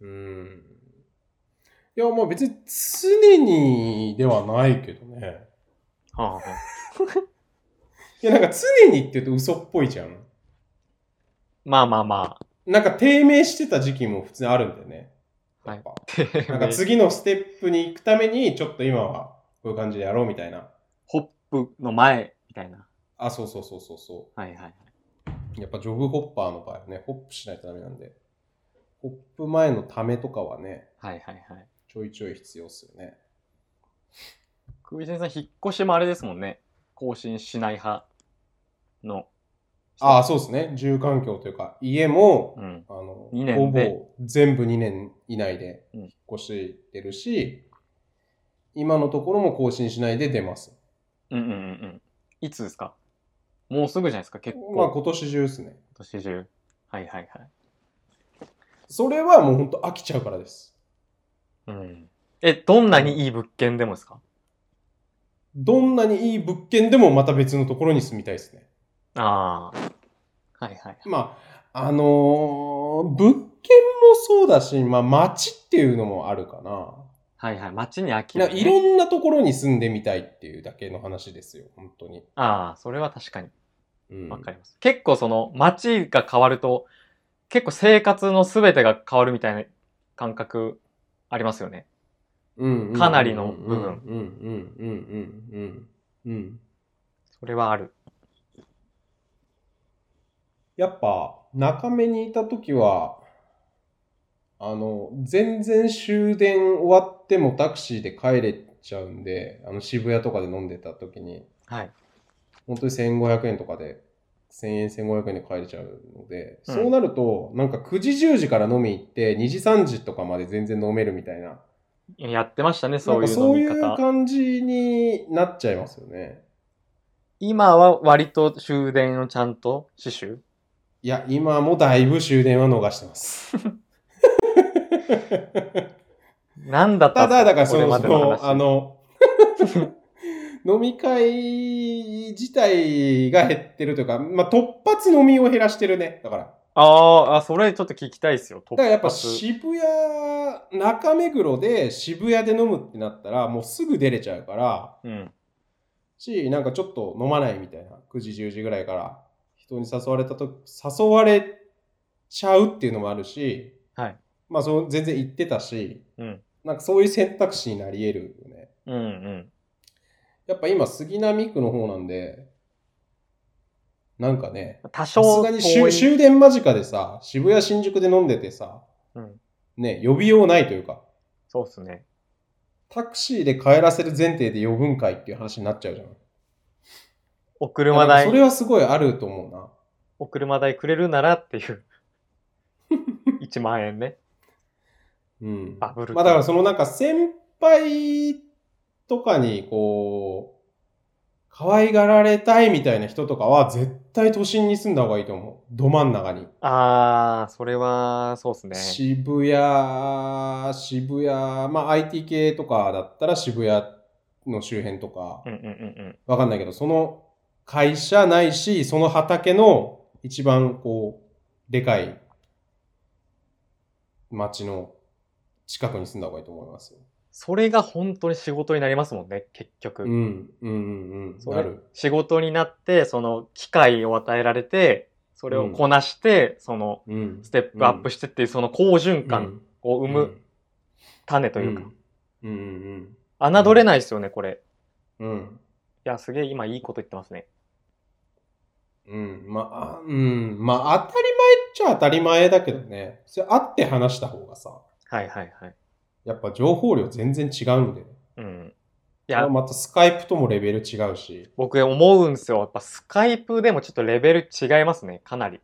うん。いや、まあ別に常にではないけどね。はあはいや、なんか常にって言うと嘘っぽいじゃん。まあまあまなんか低迷してた時期も普通にあるんだよね。はいやっぱあ。なんか次のステップに行くために、ちょっと今はこういう感じでやろうみたいな。ホップの前みたいな。あ、そうそうそうそうそう。はいはいはい。やっぱジョブホッパーの場合はね、ホップしないとダメなんで。ホップ前のためとかはね、はいはいはい。ちょいちょい必要っすよね。久井先生、引っ越しもあれですもんね。更新しない派の。ああ、そうですね。住環境というか、家も、うん。あの二ほ年でぼ全部2年以内でうん引っ越してるし、今のところも更新しないで出ます。うんうんうんうん。いつですかもうすぐじゃないですか結構。まあ今年中ですね。今年中。はいはいはい。それはもう本当飽きちゃうからです。うん。え、どんなにいい物件でもですかどんなにいい物件でもまた別のところに住みたいですね。ああ。はいはい。まあ、あのー物件もそうだし、まあ街っていうのもあるかな。はいはい。街に飽きなる、いろんなところに住んでみたいっていうだけの話ですよ、本当に。ああ、それは確かに。うん、わかります。結構その、街が変わると、結構生活の全てが変わるみたいな感覚ありますよね。うんかなりの部分うんうんうんうんうんうんうん。それはある。やっぱ、中目にいた時は、あの、全然終電終わってもタクシーで帰れちゃうんで、あの渋谷とかで飲んでた時に、はい。本当に1500円とかで、1000円、1500円で帰れちゃうので、うんそうなると、なんか9時、10時から飲み行って、2時、3時とかまで全然飲めるみたいな、やってましたね、なそんういかうそう飲みいう方。感じになっちゃいますよね。今は割と終電をちゃんと死守いや、今もだいぶ終電は逃し てます。なんだったたんですだ、だからそこれの、まそでの話のあの、 飲み会自体が減ってるというか、まあ、突発飲みを減らしてるね。だから。あーあ、それちょっと聞きたいですよ。だからやっぱ突渋谷、中目黒で渋谷で飲むってなったら、もうすぐ出れちゃうから、発うん。し、なんかちょっと飲まないみたいな。9時、10時ぐらいから人に誘われたと、誘われちゃうっていうのもあるし、はい。まあ、その全然行ってたし、うん。なんかそういう選択肢になり得るよね。うんうん。やっぱ今、杉並区の方なんで、なんかね、多さす少がに遠終い。終電間近でさ、渋谷、新宿で飲んでてさ、うんね、呼びようないというか、そうっすね。タクシーで帰らせる前提で呼ぶんかいっていう話になっちゃうじゃん。お車なんかそれ代、はすごいあると思うな。お車代くれるならっていう。1万円ね。うん。バブルまあだからそのなんか先輩とかにこう、可愛がられたいみたいな人とかは絶対都心に住んだ方がいいと思う。ど真ん中に。ああ、それは、そうっすね。渋谷、渋谷、まあ IT 系とかだったら渋谷の周辺とかうん、うんうんうん。わかんないけど、その会社ないし、その畑の一番こう、でかい町の近くに住んだ方がいいと思いますよ。それが本当に仕事になりますもんね、結局。うん、うん、うん、うん。そなれる。仕事になって、その機会を与えられて、それをこなして、そのうん。ステップアップしてっていう、その好循環を生む種とというか、。うん、うん、侮れないですよね、これ。うん。うんいや、すげえ今いいこと言ってますね。うん、まあ、あうん、まあ、当たり前っちゃ当たり前だけどね。それ会って話した方がさ、はいはいはい。やっぱ情報量全然違うんで。うん。いいや、またスカイプともレベル違うし。僕思うんですよ。やっぱスカイプでもちょっとレベル違いますね、かなり。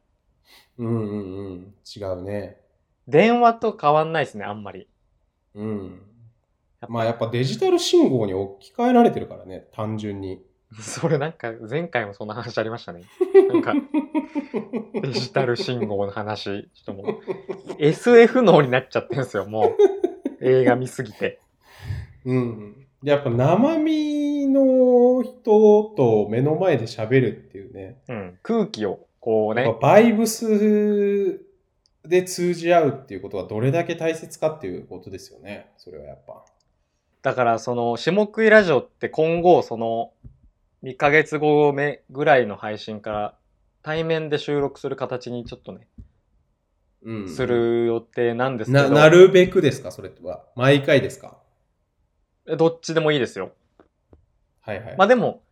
うんうんうん。違うね。電話と変わんないですね、あんま り。うん。やっぱまあやっぱデジタル信号に置き換えられてるからね、単純に。それなんか前回もそんな話ありましたね。なんかデジタル信号の話、ちょっともう SF 脳になっちゃってるんですよ、もう。映画見すぎて。 うん。で、やっぱ生身の人と目の前で喋るっていうね。うん。空気をこうやね、っぱバイブスで通じ合うっていうことはどれだけ大切かっていうことですよね。それはやっぱ。だからその下食いラジオって今後その2ヶ月後目ぐらいの配信から対面で収録する形にちょっとね、うんする予定なんですけなど、なるべくですかそれは。毎回ですかどっちでもいいですよ。はいはい。まあでも、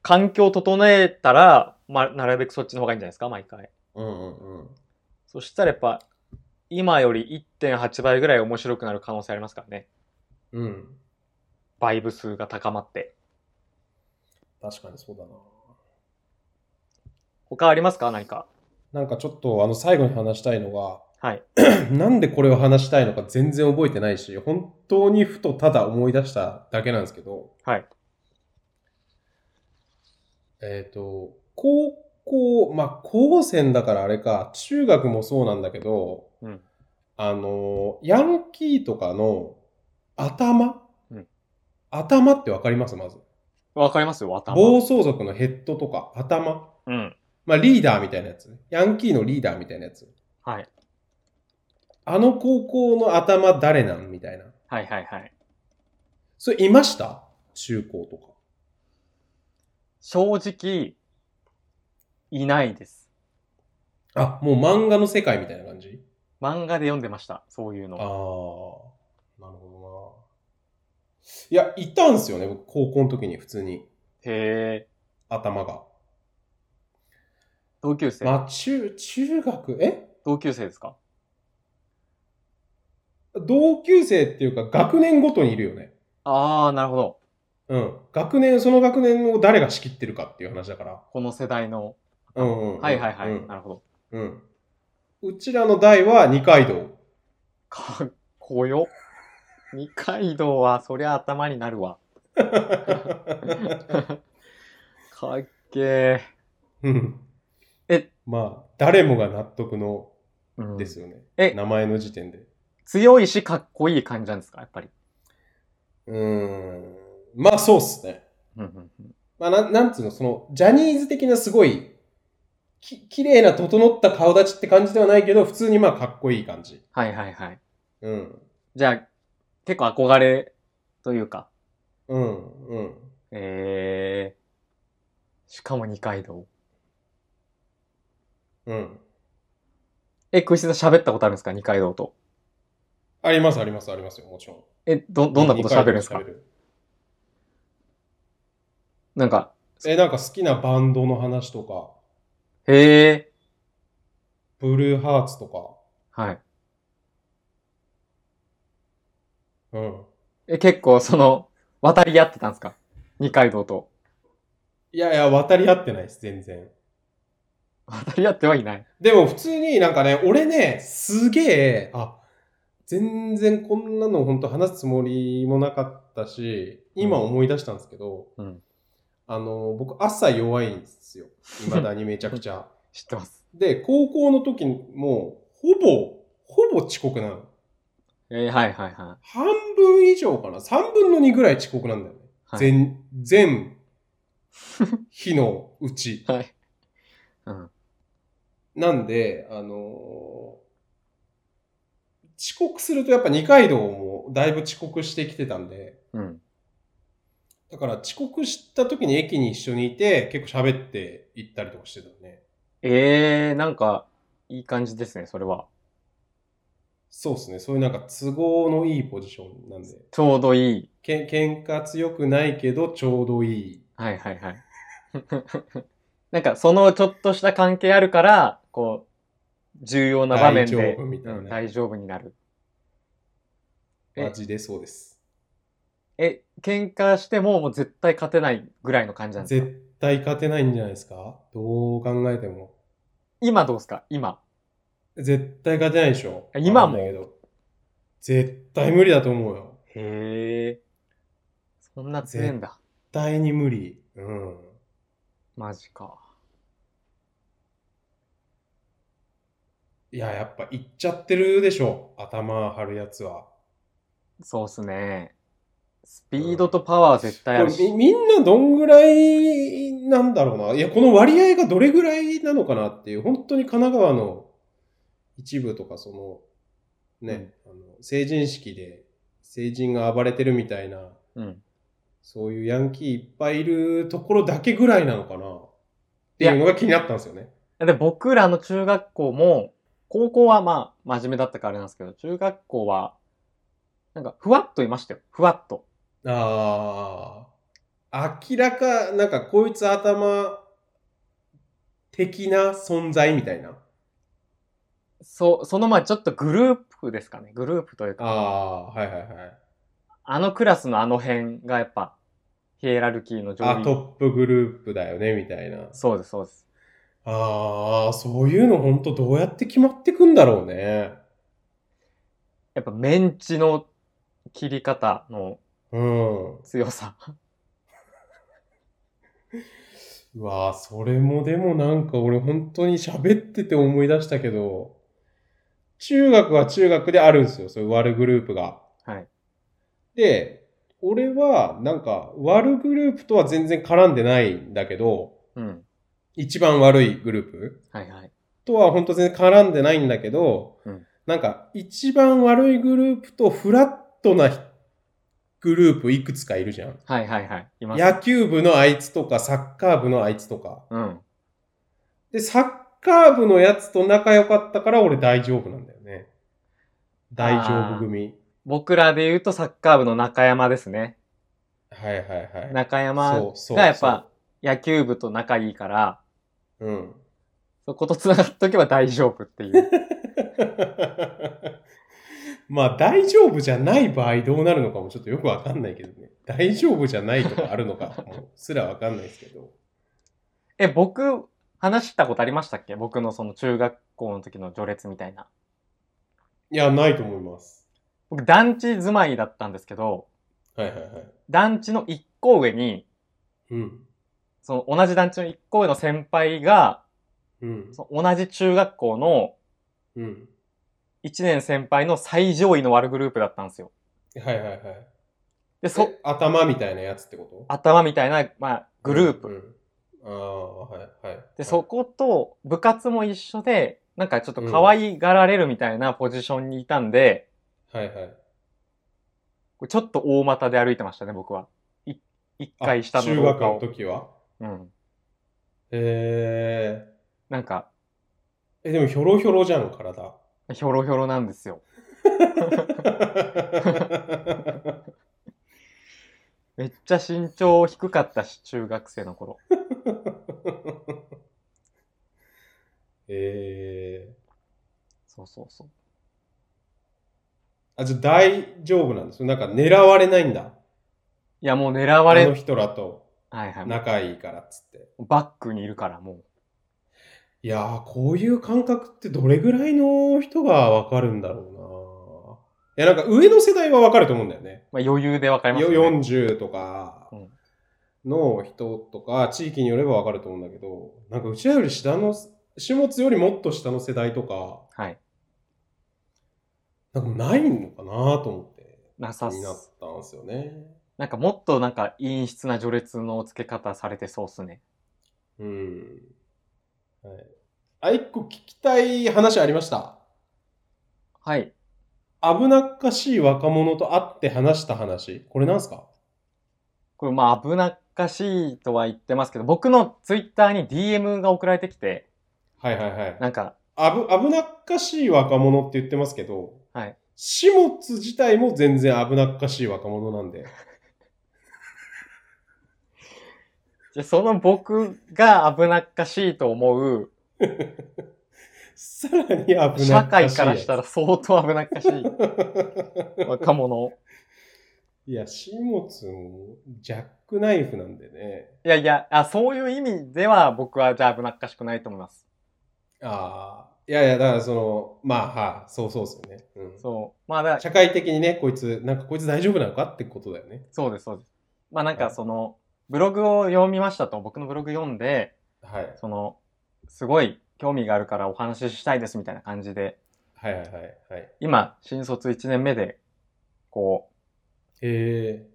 環境を整えたら、まあ、なるべくそっちの方がいいんじゃないですか、毎回。うんうんうん。そしたらやっぱ、今より1.8倍ぐらい面白くなる可能性ありますからね。うん。バイブ数が高まって。確かにそうだな。他ありますか何か。なんかちょっとあの最後に話したいのが、はい。 なんでこれを話したいのか全然覚えてないし、本当にふとただ思い出しただけなんですけど、はい。えっ、と、高校、まあ、高校生だからあれか、中学もそうなんだけど、うんあの、ヤンキーとかの頭、うん頭ってわかりますまず。わかりますよ、頭。暴走族のヘッドとか、頭。うん。まあ、リーダーみたいなやつね。ヤンキーのリーダーみたいなやつ。はい。あの高校の頭誰なんみたいな。はいはいはい。それいました中高とか。正直、いないです。あ、もう漫画の世界みたいな感じ漫画で読んでました、そういうああーの。、なるほどな。いや、いたんすよね、僕、高校の時に普通に、へえ。頭が。同級生、まあ、中、中学、え同級生ですか同級生っていうか、学年ごとにいるよね。ああ、なるほど。うん。学年、その学年を誰が仕切ってるかっていう話だから。この世代の。うんうん、うん。はいはいはい。うんなるほど。うん。うちらの代は二階堂。 かっこよ。二階堂は、そりゃ頭になる わ。かっけえ。うんえまあ、誰もが納得のうんですよね。え名前の時点で。強いし、かっこいい感じなんですか、やっぱり。うーん。まあ、そうっすね。うんうんうんまあ、なんなんつうの、その、ジャニーズ的なすごい、き、綺麗な整った顔立ちって感じではないけど、普通にまあ、かっこいい感じ。はいはいはい。うん。じゃあ、結構憧れというか、うん。うん。えー、しかも二階堂。うん。え、クイズさん喋ったことあるんですか二階堂と。あります、あります、ありますよ、もちろん。え、ど、どんなこと喋るんですか二階堂と喋るなんか、え、なんか好きなバンドの話とか、へえ、ブルーハーツとか。はい。うん。え、結構その、渡り合ってたんですか二階堂と。いやいや、渡り合ってないです、全然。渡り合ってはいない。でも普通になんかね、俺ね、すげえ、あ、全然こんなの本当話すつもりもなかったし、今思い出したんですけど、うんあの、僕朝弱いんですよ。未だにめちゃくちゃ。 知ってます。で、高校の時も、ほぼ、ほぼ遅刻なの。えー、はいはいは半分以上かな ?3 分の2ぐらい遅刻なんだよね。はい全、全日のうち。い。はい。うん。なんで、あのー遅刻するとやっぱ二階堂もだいぶ遅刻してきてたんで、うん。だから遅刻した時に駅に一緒にいて、結構喋って行ったりとかしてたね。えー、なんか、いい感じですね、それは。そうですね。そういうなんか都合のいいポジションなんで。ちょうどいい。けん喧嘩強くないけど、ちょうどいい。はいはいはい。 なんか、そのちょっとした関係あるから、こう、重要な場面で、大丈夫みたいなうん大丈夫になる。えマジでそうです。え、喧嘩してももう絶対勝てないぐらいの感じなんですか絶対勝てないんじゃないですかどう考えても。今どうですか今。絶対勝てないでしょ。今もわかんないけど絶対無理だと思うよ。へえ。そんな強いんだ。絶対に無理。うん。マジか。いや、やっぱ行っちゃってるでしょ。頭張るやつは。そうっすね。スピードとパワー絶こ対あれるみし。みんなどんぐらいなんだろうな。いや、この割合がどれぐらいなのかなっていう、本当に神奈川の一部とか、その、ね、あの成人式で成人が暴れてるみたいな、うん。そういうヤンキーいっぱいいるところだけぐらいなのかなっていうのが気になったんですよね。で、僕らの中学校も、高校はまあ、真面目だったからあれなんですけど、中学校は、なんか、ふわっといましたよ。ふわっと。ああ。明らか、なんかこいつ頭的な存在みたいな。そそのまあちょっとグループですかね。グループというか、ああー、はいはいはい。あのクラスのあの辺がやっぱ、ヒエラルキーの上あ、位。トップグループだよね、みたいな。そうです、そうです。ああ、そういうの本当どうやって決まってくんだろうね。やっぱメンチの切り方のうん。強さ。 うわあ、それもでもなんか俺本当に喋ってて思い出したけど、中学は中学であるんですよ、そういう悪グループが。はい。で、俺はなんか悪グループとは全然絡んでないんだけど、うん。一番悪いグループはいはい。とは本当全然絡んでないんだけど、うんなんか一番悪いグループとフラットなグループいくつかいるじゃん。はいはいはい。います。野球部のあいつとか、サッカー部のあいつとか。うん。で、サッカー部のやつと仲良かったから俺大丈夫なんだよね。大丈夫組。僕らで言うとサッカー部の中山ですね。はいはいはい。中山そうそうがやっぱ野球部と仲いいから、うん。 そこと繋がっとけば大丈夫っていう。 まあ大丈夫じゃない場合どうなるのかもちょっとよくわかんないけどね。大丈夫じゃないとかあるのかもすらわかんないですけど。え、僕、話したことありましたっけ僕のその中学校の時の序列みたいな。いや、ないと思います。僕、団地住まいだったんですけど、はいはいはい。団地の一個上に、うん。その同じ団地の一個上の先輩が、うん。その同じ中学校のうん。一年先輩の最上位の悪グループだったんですよ。はいはいはい。で、そ、え頭みたいなやつってこと頭みたいな、まあ、グループ。うんああ、はいはい。で、そこと部活も一緒で、なんかちょっと可愛がられるみたいなポジションにいたんで、はいはい。これちょっと大股で歩いてましたね、僕は。い一あ回下の中廊学下のを。時はうん。へなんか、ええ、でもひょろひょろじゃん、 体。ひょろひょろなんですよ。めっちゃ身長低かったし、中学生の頃。ええ。そうそうそう。あ、じゃあ大丈夫なんですよ。なんか狙われないんだ。いや、もう狙わあれ、の人らとはいはい。仲いいからっつって。バックにいるから、もう。いやー、こういう感覚ってどれぐらいの人がわかるんだろうな。いや、なんか上の世代はわかると思うんだよね。まあ、余裕でわかりますよよね。 40とかうんの人とか、地域によればわかると思うんだけど、なんかうちらより下の、始末よりもっと下の世代とか、はい。なんかないのかなと思って、なさ気になっす。たんですよね。なんかもっとなんか陰湿な序列の付け方されてそうっすね。うん。はい。あ、一個聞きたい話ありました。はい。危なっかしい若者と会って話した話。これなんすかこれまあ危なっかしいとは言ってますけど、僕のツイッターに DM が送られてきて、はいはいはい。なんか、あぶ危なっかしい若者って言ってますけど、はい。始末自体も全然危なっかしい若者なんで。じゃあその僕が危なっかしいと思う、さらに危なっかしい。社会からしたら。相当危なっかしい若者。 いや、始末もジャックナイフなんでね。いやいやあ、そういう意味では僕はじゃあ危なっかしくないと思います。ああ。いやいや、だからその、まあ、はい、そうそうですよね。うん、そう。まあだから社会的にね、こいつ、なんかこいつ大丈夫なのかってことだよね。そうです、そうです。まあなんかはいその、ブログを読みましたと、僕のブログ読んで、はい。その、すごい興味があるからお話ししたいですみたいな感じで、はいはいはい。はい、今、新卒1年目で、こう、え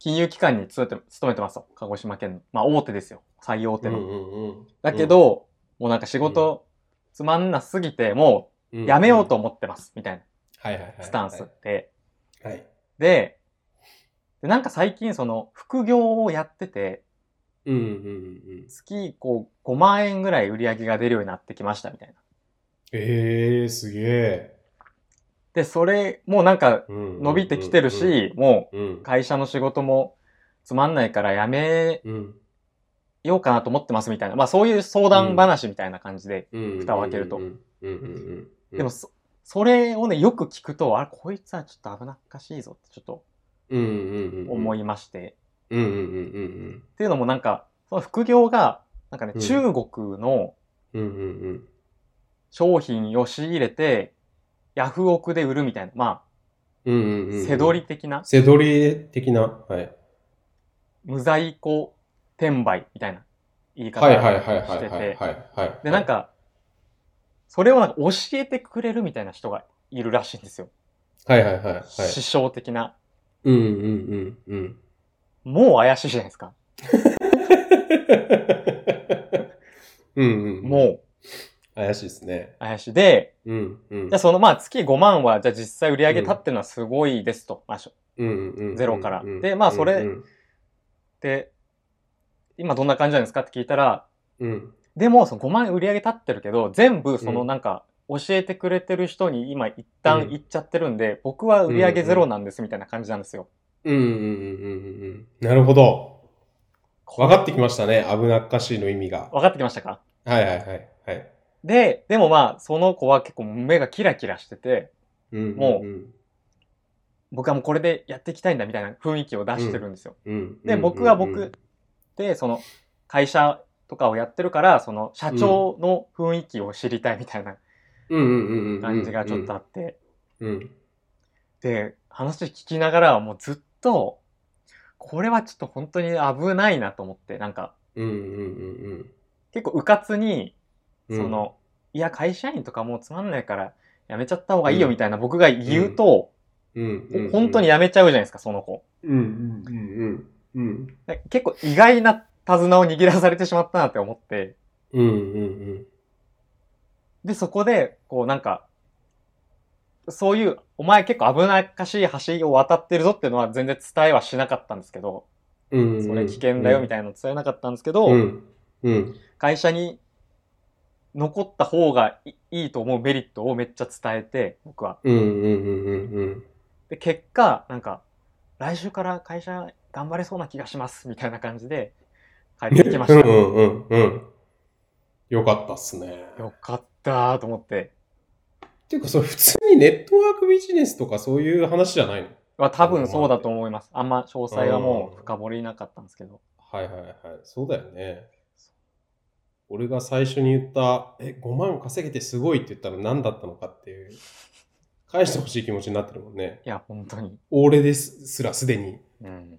金融機関に勤めて勤めてますと。鹿児島県の。まあ大手ですよ。最大え手うの。んうんうん。だけど、もうなんか仕事つまんなすぎて、もうん、うやめようとん。思ってます、みたいはいはいはい。なスタンスはっい。て。はい、で、でなんか最近その副業をやってて、うんうんうんうん。月こう5万円ぐらい売り上げが出るようになってきました、みたいな。ええすげえ。で、それ、もうなんか伸伸びてきてる、し、もうんう会社の仕事もつまんないからやめうんようかなと思ってますみたいな、まあそういう相談話みたいな感じで、うん、蓋を開けるとうんうんうんうんうんでもそ、それをね、よく聞くと、あれ、こいつはちょっと危なっかしいぞってちょっとうんうんうん。思い。いまして。うんうんうんっていうのもなんか、その副業が、なんかね、うん中国のうんうん。うんうんうん。商品を仕入れて、ヤフオクで売るみたいな、まうんうんあうんうん、せどり的な、せどり的な、はい。無在庫転売みたいな言い方をはいはいはいはしいてはいはいて、はい、はい。で、なん、か、それをなんか教えてくれるみたいな人がいるらしいんですよ。はいはいはいはい。師匠的な。うんうんうんうん。もう怪しいじゃないですか。うんうん。もう怪しいですね。怪しい。で、うんうん。じゃあそのまあ月5万は、じゃあ実際売り上げ立ってるのはすごいですと。まあしょうんうんうんゼロからうんうんでまあそれうんで、今どんな感じなんですかって聞いたら、うん。でもその5万円売り上げ立ってるけど、全部そのうんなんか教えてくれてる人に今一旦行っちゃってるんで、僕は売り上げゼロなんですみたいな感じなんですよ。うんうんうんうんうんうん。なるほど。分かってきましたね。危なっかしいの意味が。分かってきましたかはいはいはい。はい。で、でもまあその子は結構目がキラキラしてて、うんうんもうん僕はもうこれでやっていきたいんだみたいな雰囲気を出してるんですよ。うんうん。で、僕はうんうん僕で、その会社とかをやってるから、その社長の雰囲気を知りたいみたいなうんうんうんうんうん。感じがちょっとあって、うん。で、話聞きながらもうずっと、これはちょっと本当に危ないなと思って、なんかうんうんうん結構うかつに、うん。その、いや、会社員とかもうつまんないから辞めちゃった方がいいよみたいな僕が言うと、うん、うんうんうん。本当に辞めちゃうじゃないですか、その子。うんうんうんうん。で結構意外な手綱を握らされてしまったなって思って、うんうんうんで、そこで、こうなんか、そういう、お前結構危なっかしい橋を渡ってるぞっていうのは全然伝えはしなかったんですけど、うんうん。それ危険だよみたたいなの伝えなかったんですけど、うん。うん。会社に残った方がいいいと思うメリットをめっちゃ伝えて、僕は。うんうんうんうんうん。で、結果、なんか、来週から会社頑張れそうな気がします、みたいな感じで帰ってきました。うよんうんうん。よかったっすね。かったーと思って。っていうか、それ普通にネットワークビジネスとかそういう話じゃないのまあ多分そうだと思います。あんま詳細はもう深掘りなかったんですけど。はいはいはい。そうだよね。俺が最初に言った、え、5万稼げてすごいって言ったら何だったのかっていう、返してほしい気持ちになってるもんね。いや、本当に。俺ですすらすでに。うん。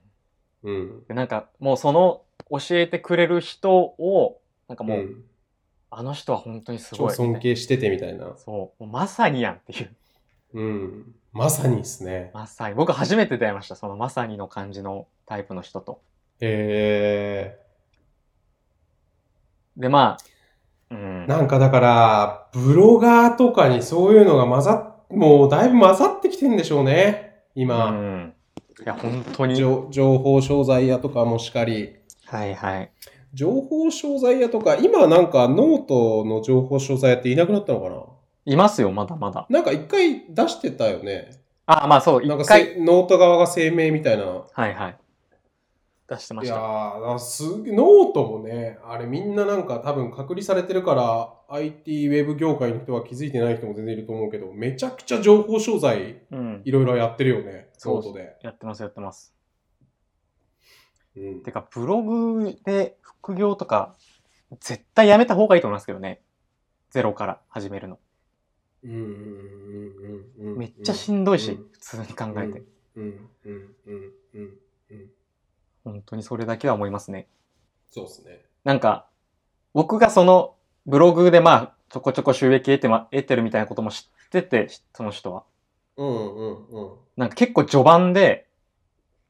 うん。でなんかもうその教えてくれる人をなんかもう、ん、あの人は本当にすご超い尊敬しててみたいな。そうもうまさにやんっていううん。まさにですね。まさに僕初めて出会いましたそのまさにの感じのタイプの人とえでまあうんー、なんかだから、ブロガーとかにそういうのが混ざっ、もうだいぶ混ざってきてんでしょうね。う今、ん、いや本当に情情報商材屋とかもしかり。はいはい情報商材屋とか、今なんかノートの情報商材屋っていなくなったのかいますよまだまだななんか一回出してたよね。あまあそうなん一か回せノート側が声明みたいな。はいはい出してまいしやたー、だからすげノートもね、あれみんななんか多分隔離されてるから、IT ウェブ業界の人は気づいてない人も全然いると思うけど、めちゃくちゃ情報商材うんいろいろやってるよね、そうノーそトで。やってますやってますうんてかブログで副業とか絶対やめた方がいいと思いますけどねゼロから始めるのうんうんうんうんうんめっちゃしんどいし、うん普通に考えて、うんうんうんうん。本当にそれだけは思いますねそうですね。なんか僕がそのブログでまあちょこちょこ収益得て,、ま、得てるみたいなことも知っててしその人はうんうんうん。なんか結構序盤で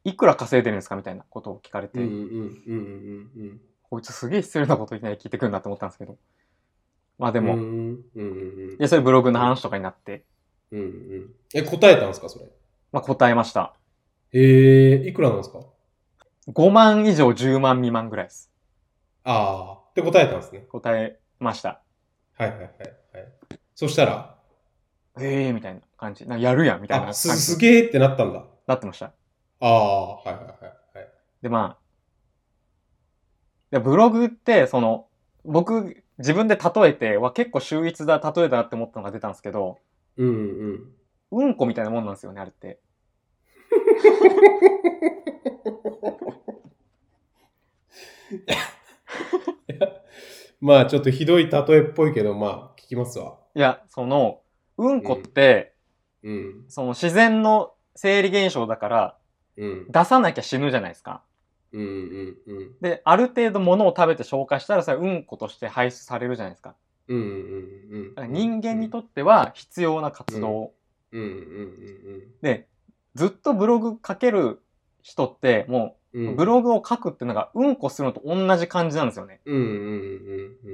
いくら稼いでるんですかみたいなことを聞かれて、うんうんうんうんうんうん。こいつすげえ失礼なこといきなり聞いてくるなって思ったんですけどまあでも、うんいうんうんやそれブログの話とかになって、うんうん。え、答えたんですか、それ。まあ、答えましたえー、いくらなんですか5万以上10万未満ぐらいですあー。って答えたんですね。答えましたはいはいはい。はい、そしたら、ええー、みたいな感じなんかやるやんみたいなあ、感す、じすにげーってなったんだ。なってましたあー、はいはいはいはい。で、まあ、でブログって、その、僕自分で例えて、は結構秀逸だ、例えだなって思ったのが出たんですけど、うんうん。うんこみたいなもんなんですよね、あれって。まあちょっとひどい例えっぽいけど、まあ聞きますわ。いや、その、うんこって、うん。その自然の生理現象だから、うん。出さなきゃ死ぬじゃないですか。うんうんうん。で、ある程度物を食べて消化したらさ、うんことして排出されるじゃないですか。うんうんだうからん。人間にとっては必要な活動。うんうんうんで、ずっとブログ書ける人って、もうんうう、ん。ブログを書くっていうのが、うんこするのと同じ感じなんですよね。うんうんうん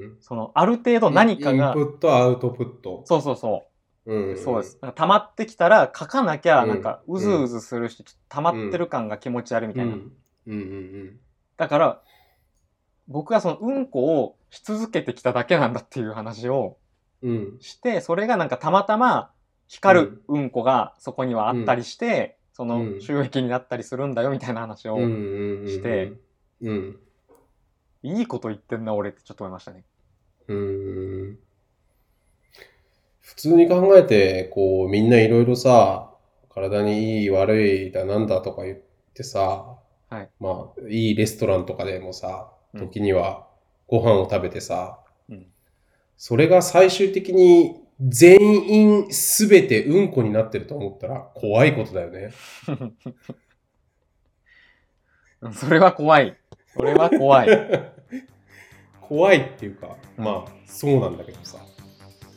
うん。その、ある程度何かがイン、プット、アウトプット。そうそうそう。うんそうです。。なんか溜まってきたら書かなきゃ、うんなんかうずうずするし、ちょっと溜まってる感が気持ち悪いみうたいな。ん。うんうんだから、僕はそのうんこをし続けてきただけなんだっていう話をうん。うん。して、それがなんかたまたま光るうんこがそこにはあったりして、そうんの収益になったりするんだよみたいな話を、うん。して。うん。いいこと言ってんな俺ってちょっと思いましたね。うん。普通に考えて、こう、みんないろいろさ、体にいい悪いだなんだとか言ってさ、はい。まあ、いいレストランとかでもさ、うん時にはご飯を食べてさ、うんそれが最終的に全員すべてうんこになってると思ったら怖いことだよね。うんそれは怖い。それは怖 い。怖いっていうか、まあ、そうなんだけどさ。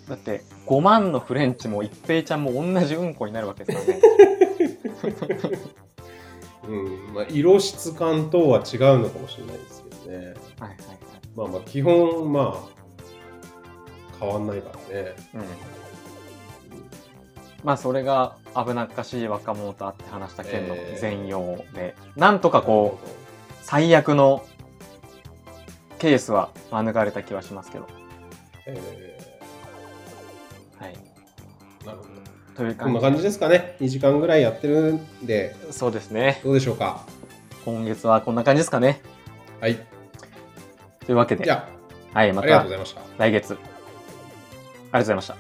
だって5万のフレンチも一平ちゃんも同じうんこになるわけです からね。うん、まあ、色質感とは違うのかもしれないですけどね。はいはいはい。まあまあ、基本、まあ、変わんないからね。うん。まあそれが危なっかしい若者と会って話した件の全容で、なんとかこう最悪のケースは免れた気はしますけど。えはい。ーなるほど。というこん感なじ。感じですかね。2時間ぐらいやってるんで、そうですね。どうでしょうか。今月はこんな感じですかね。はい。というわけじで、ゃはい、あ、まありがたとうございました。来月。ありがとうございました。あ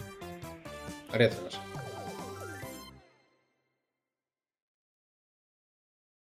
りがとうございました。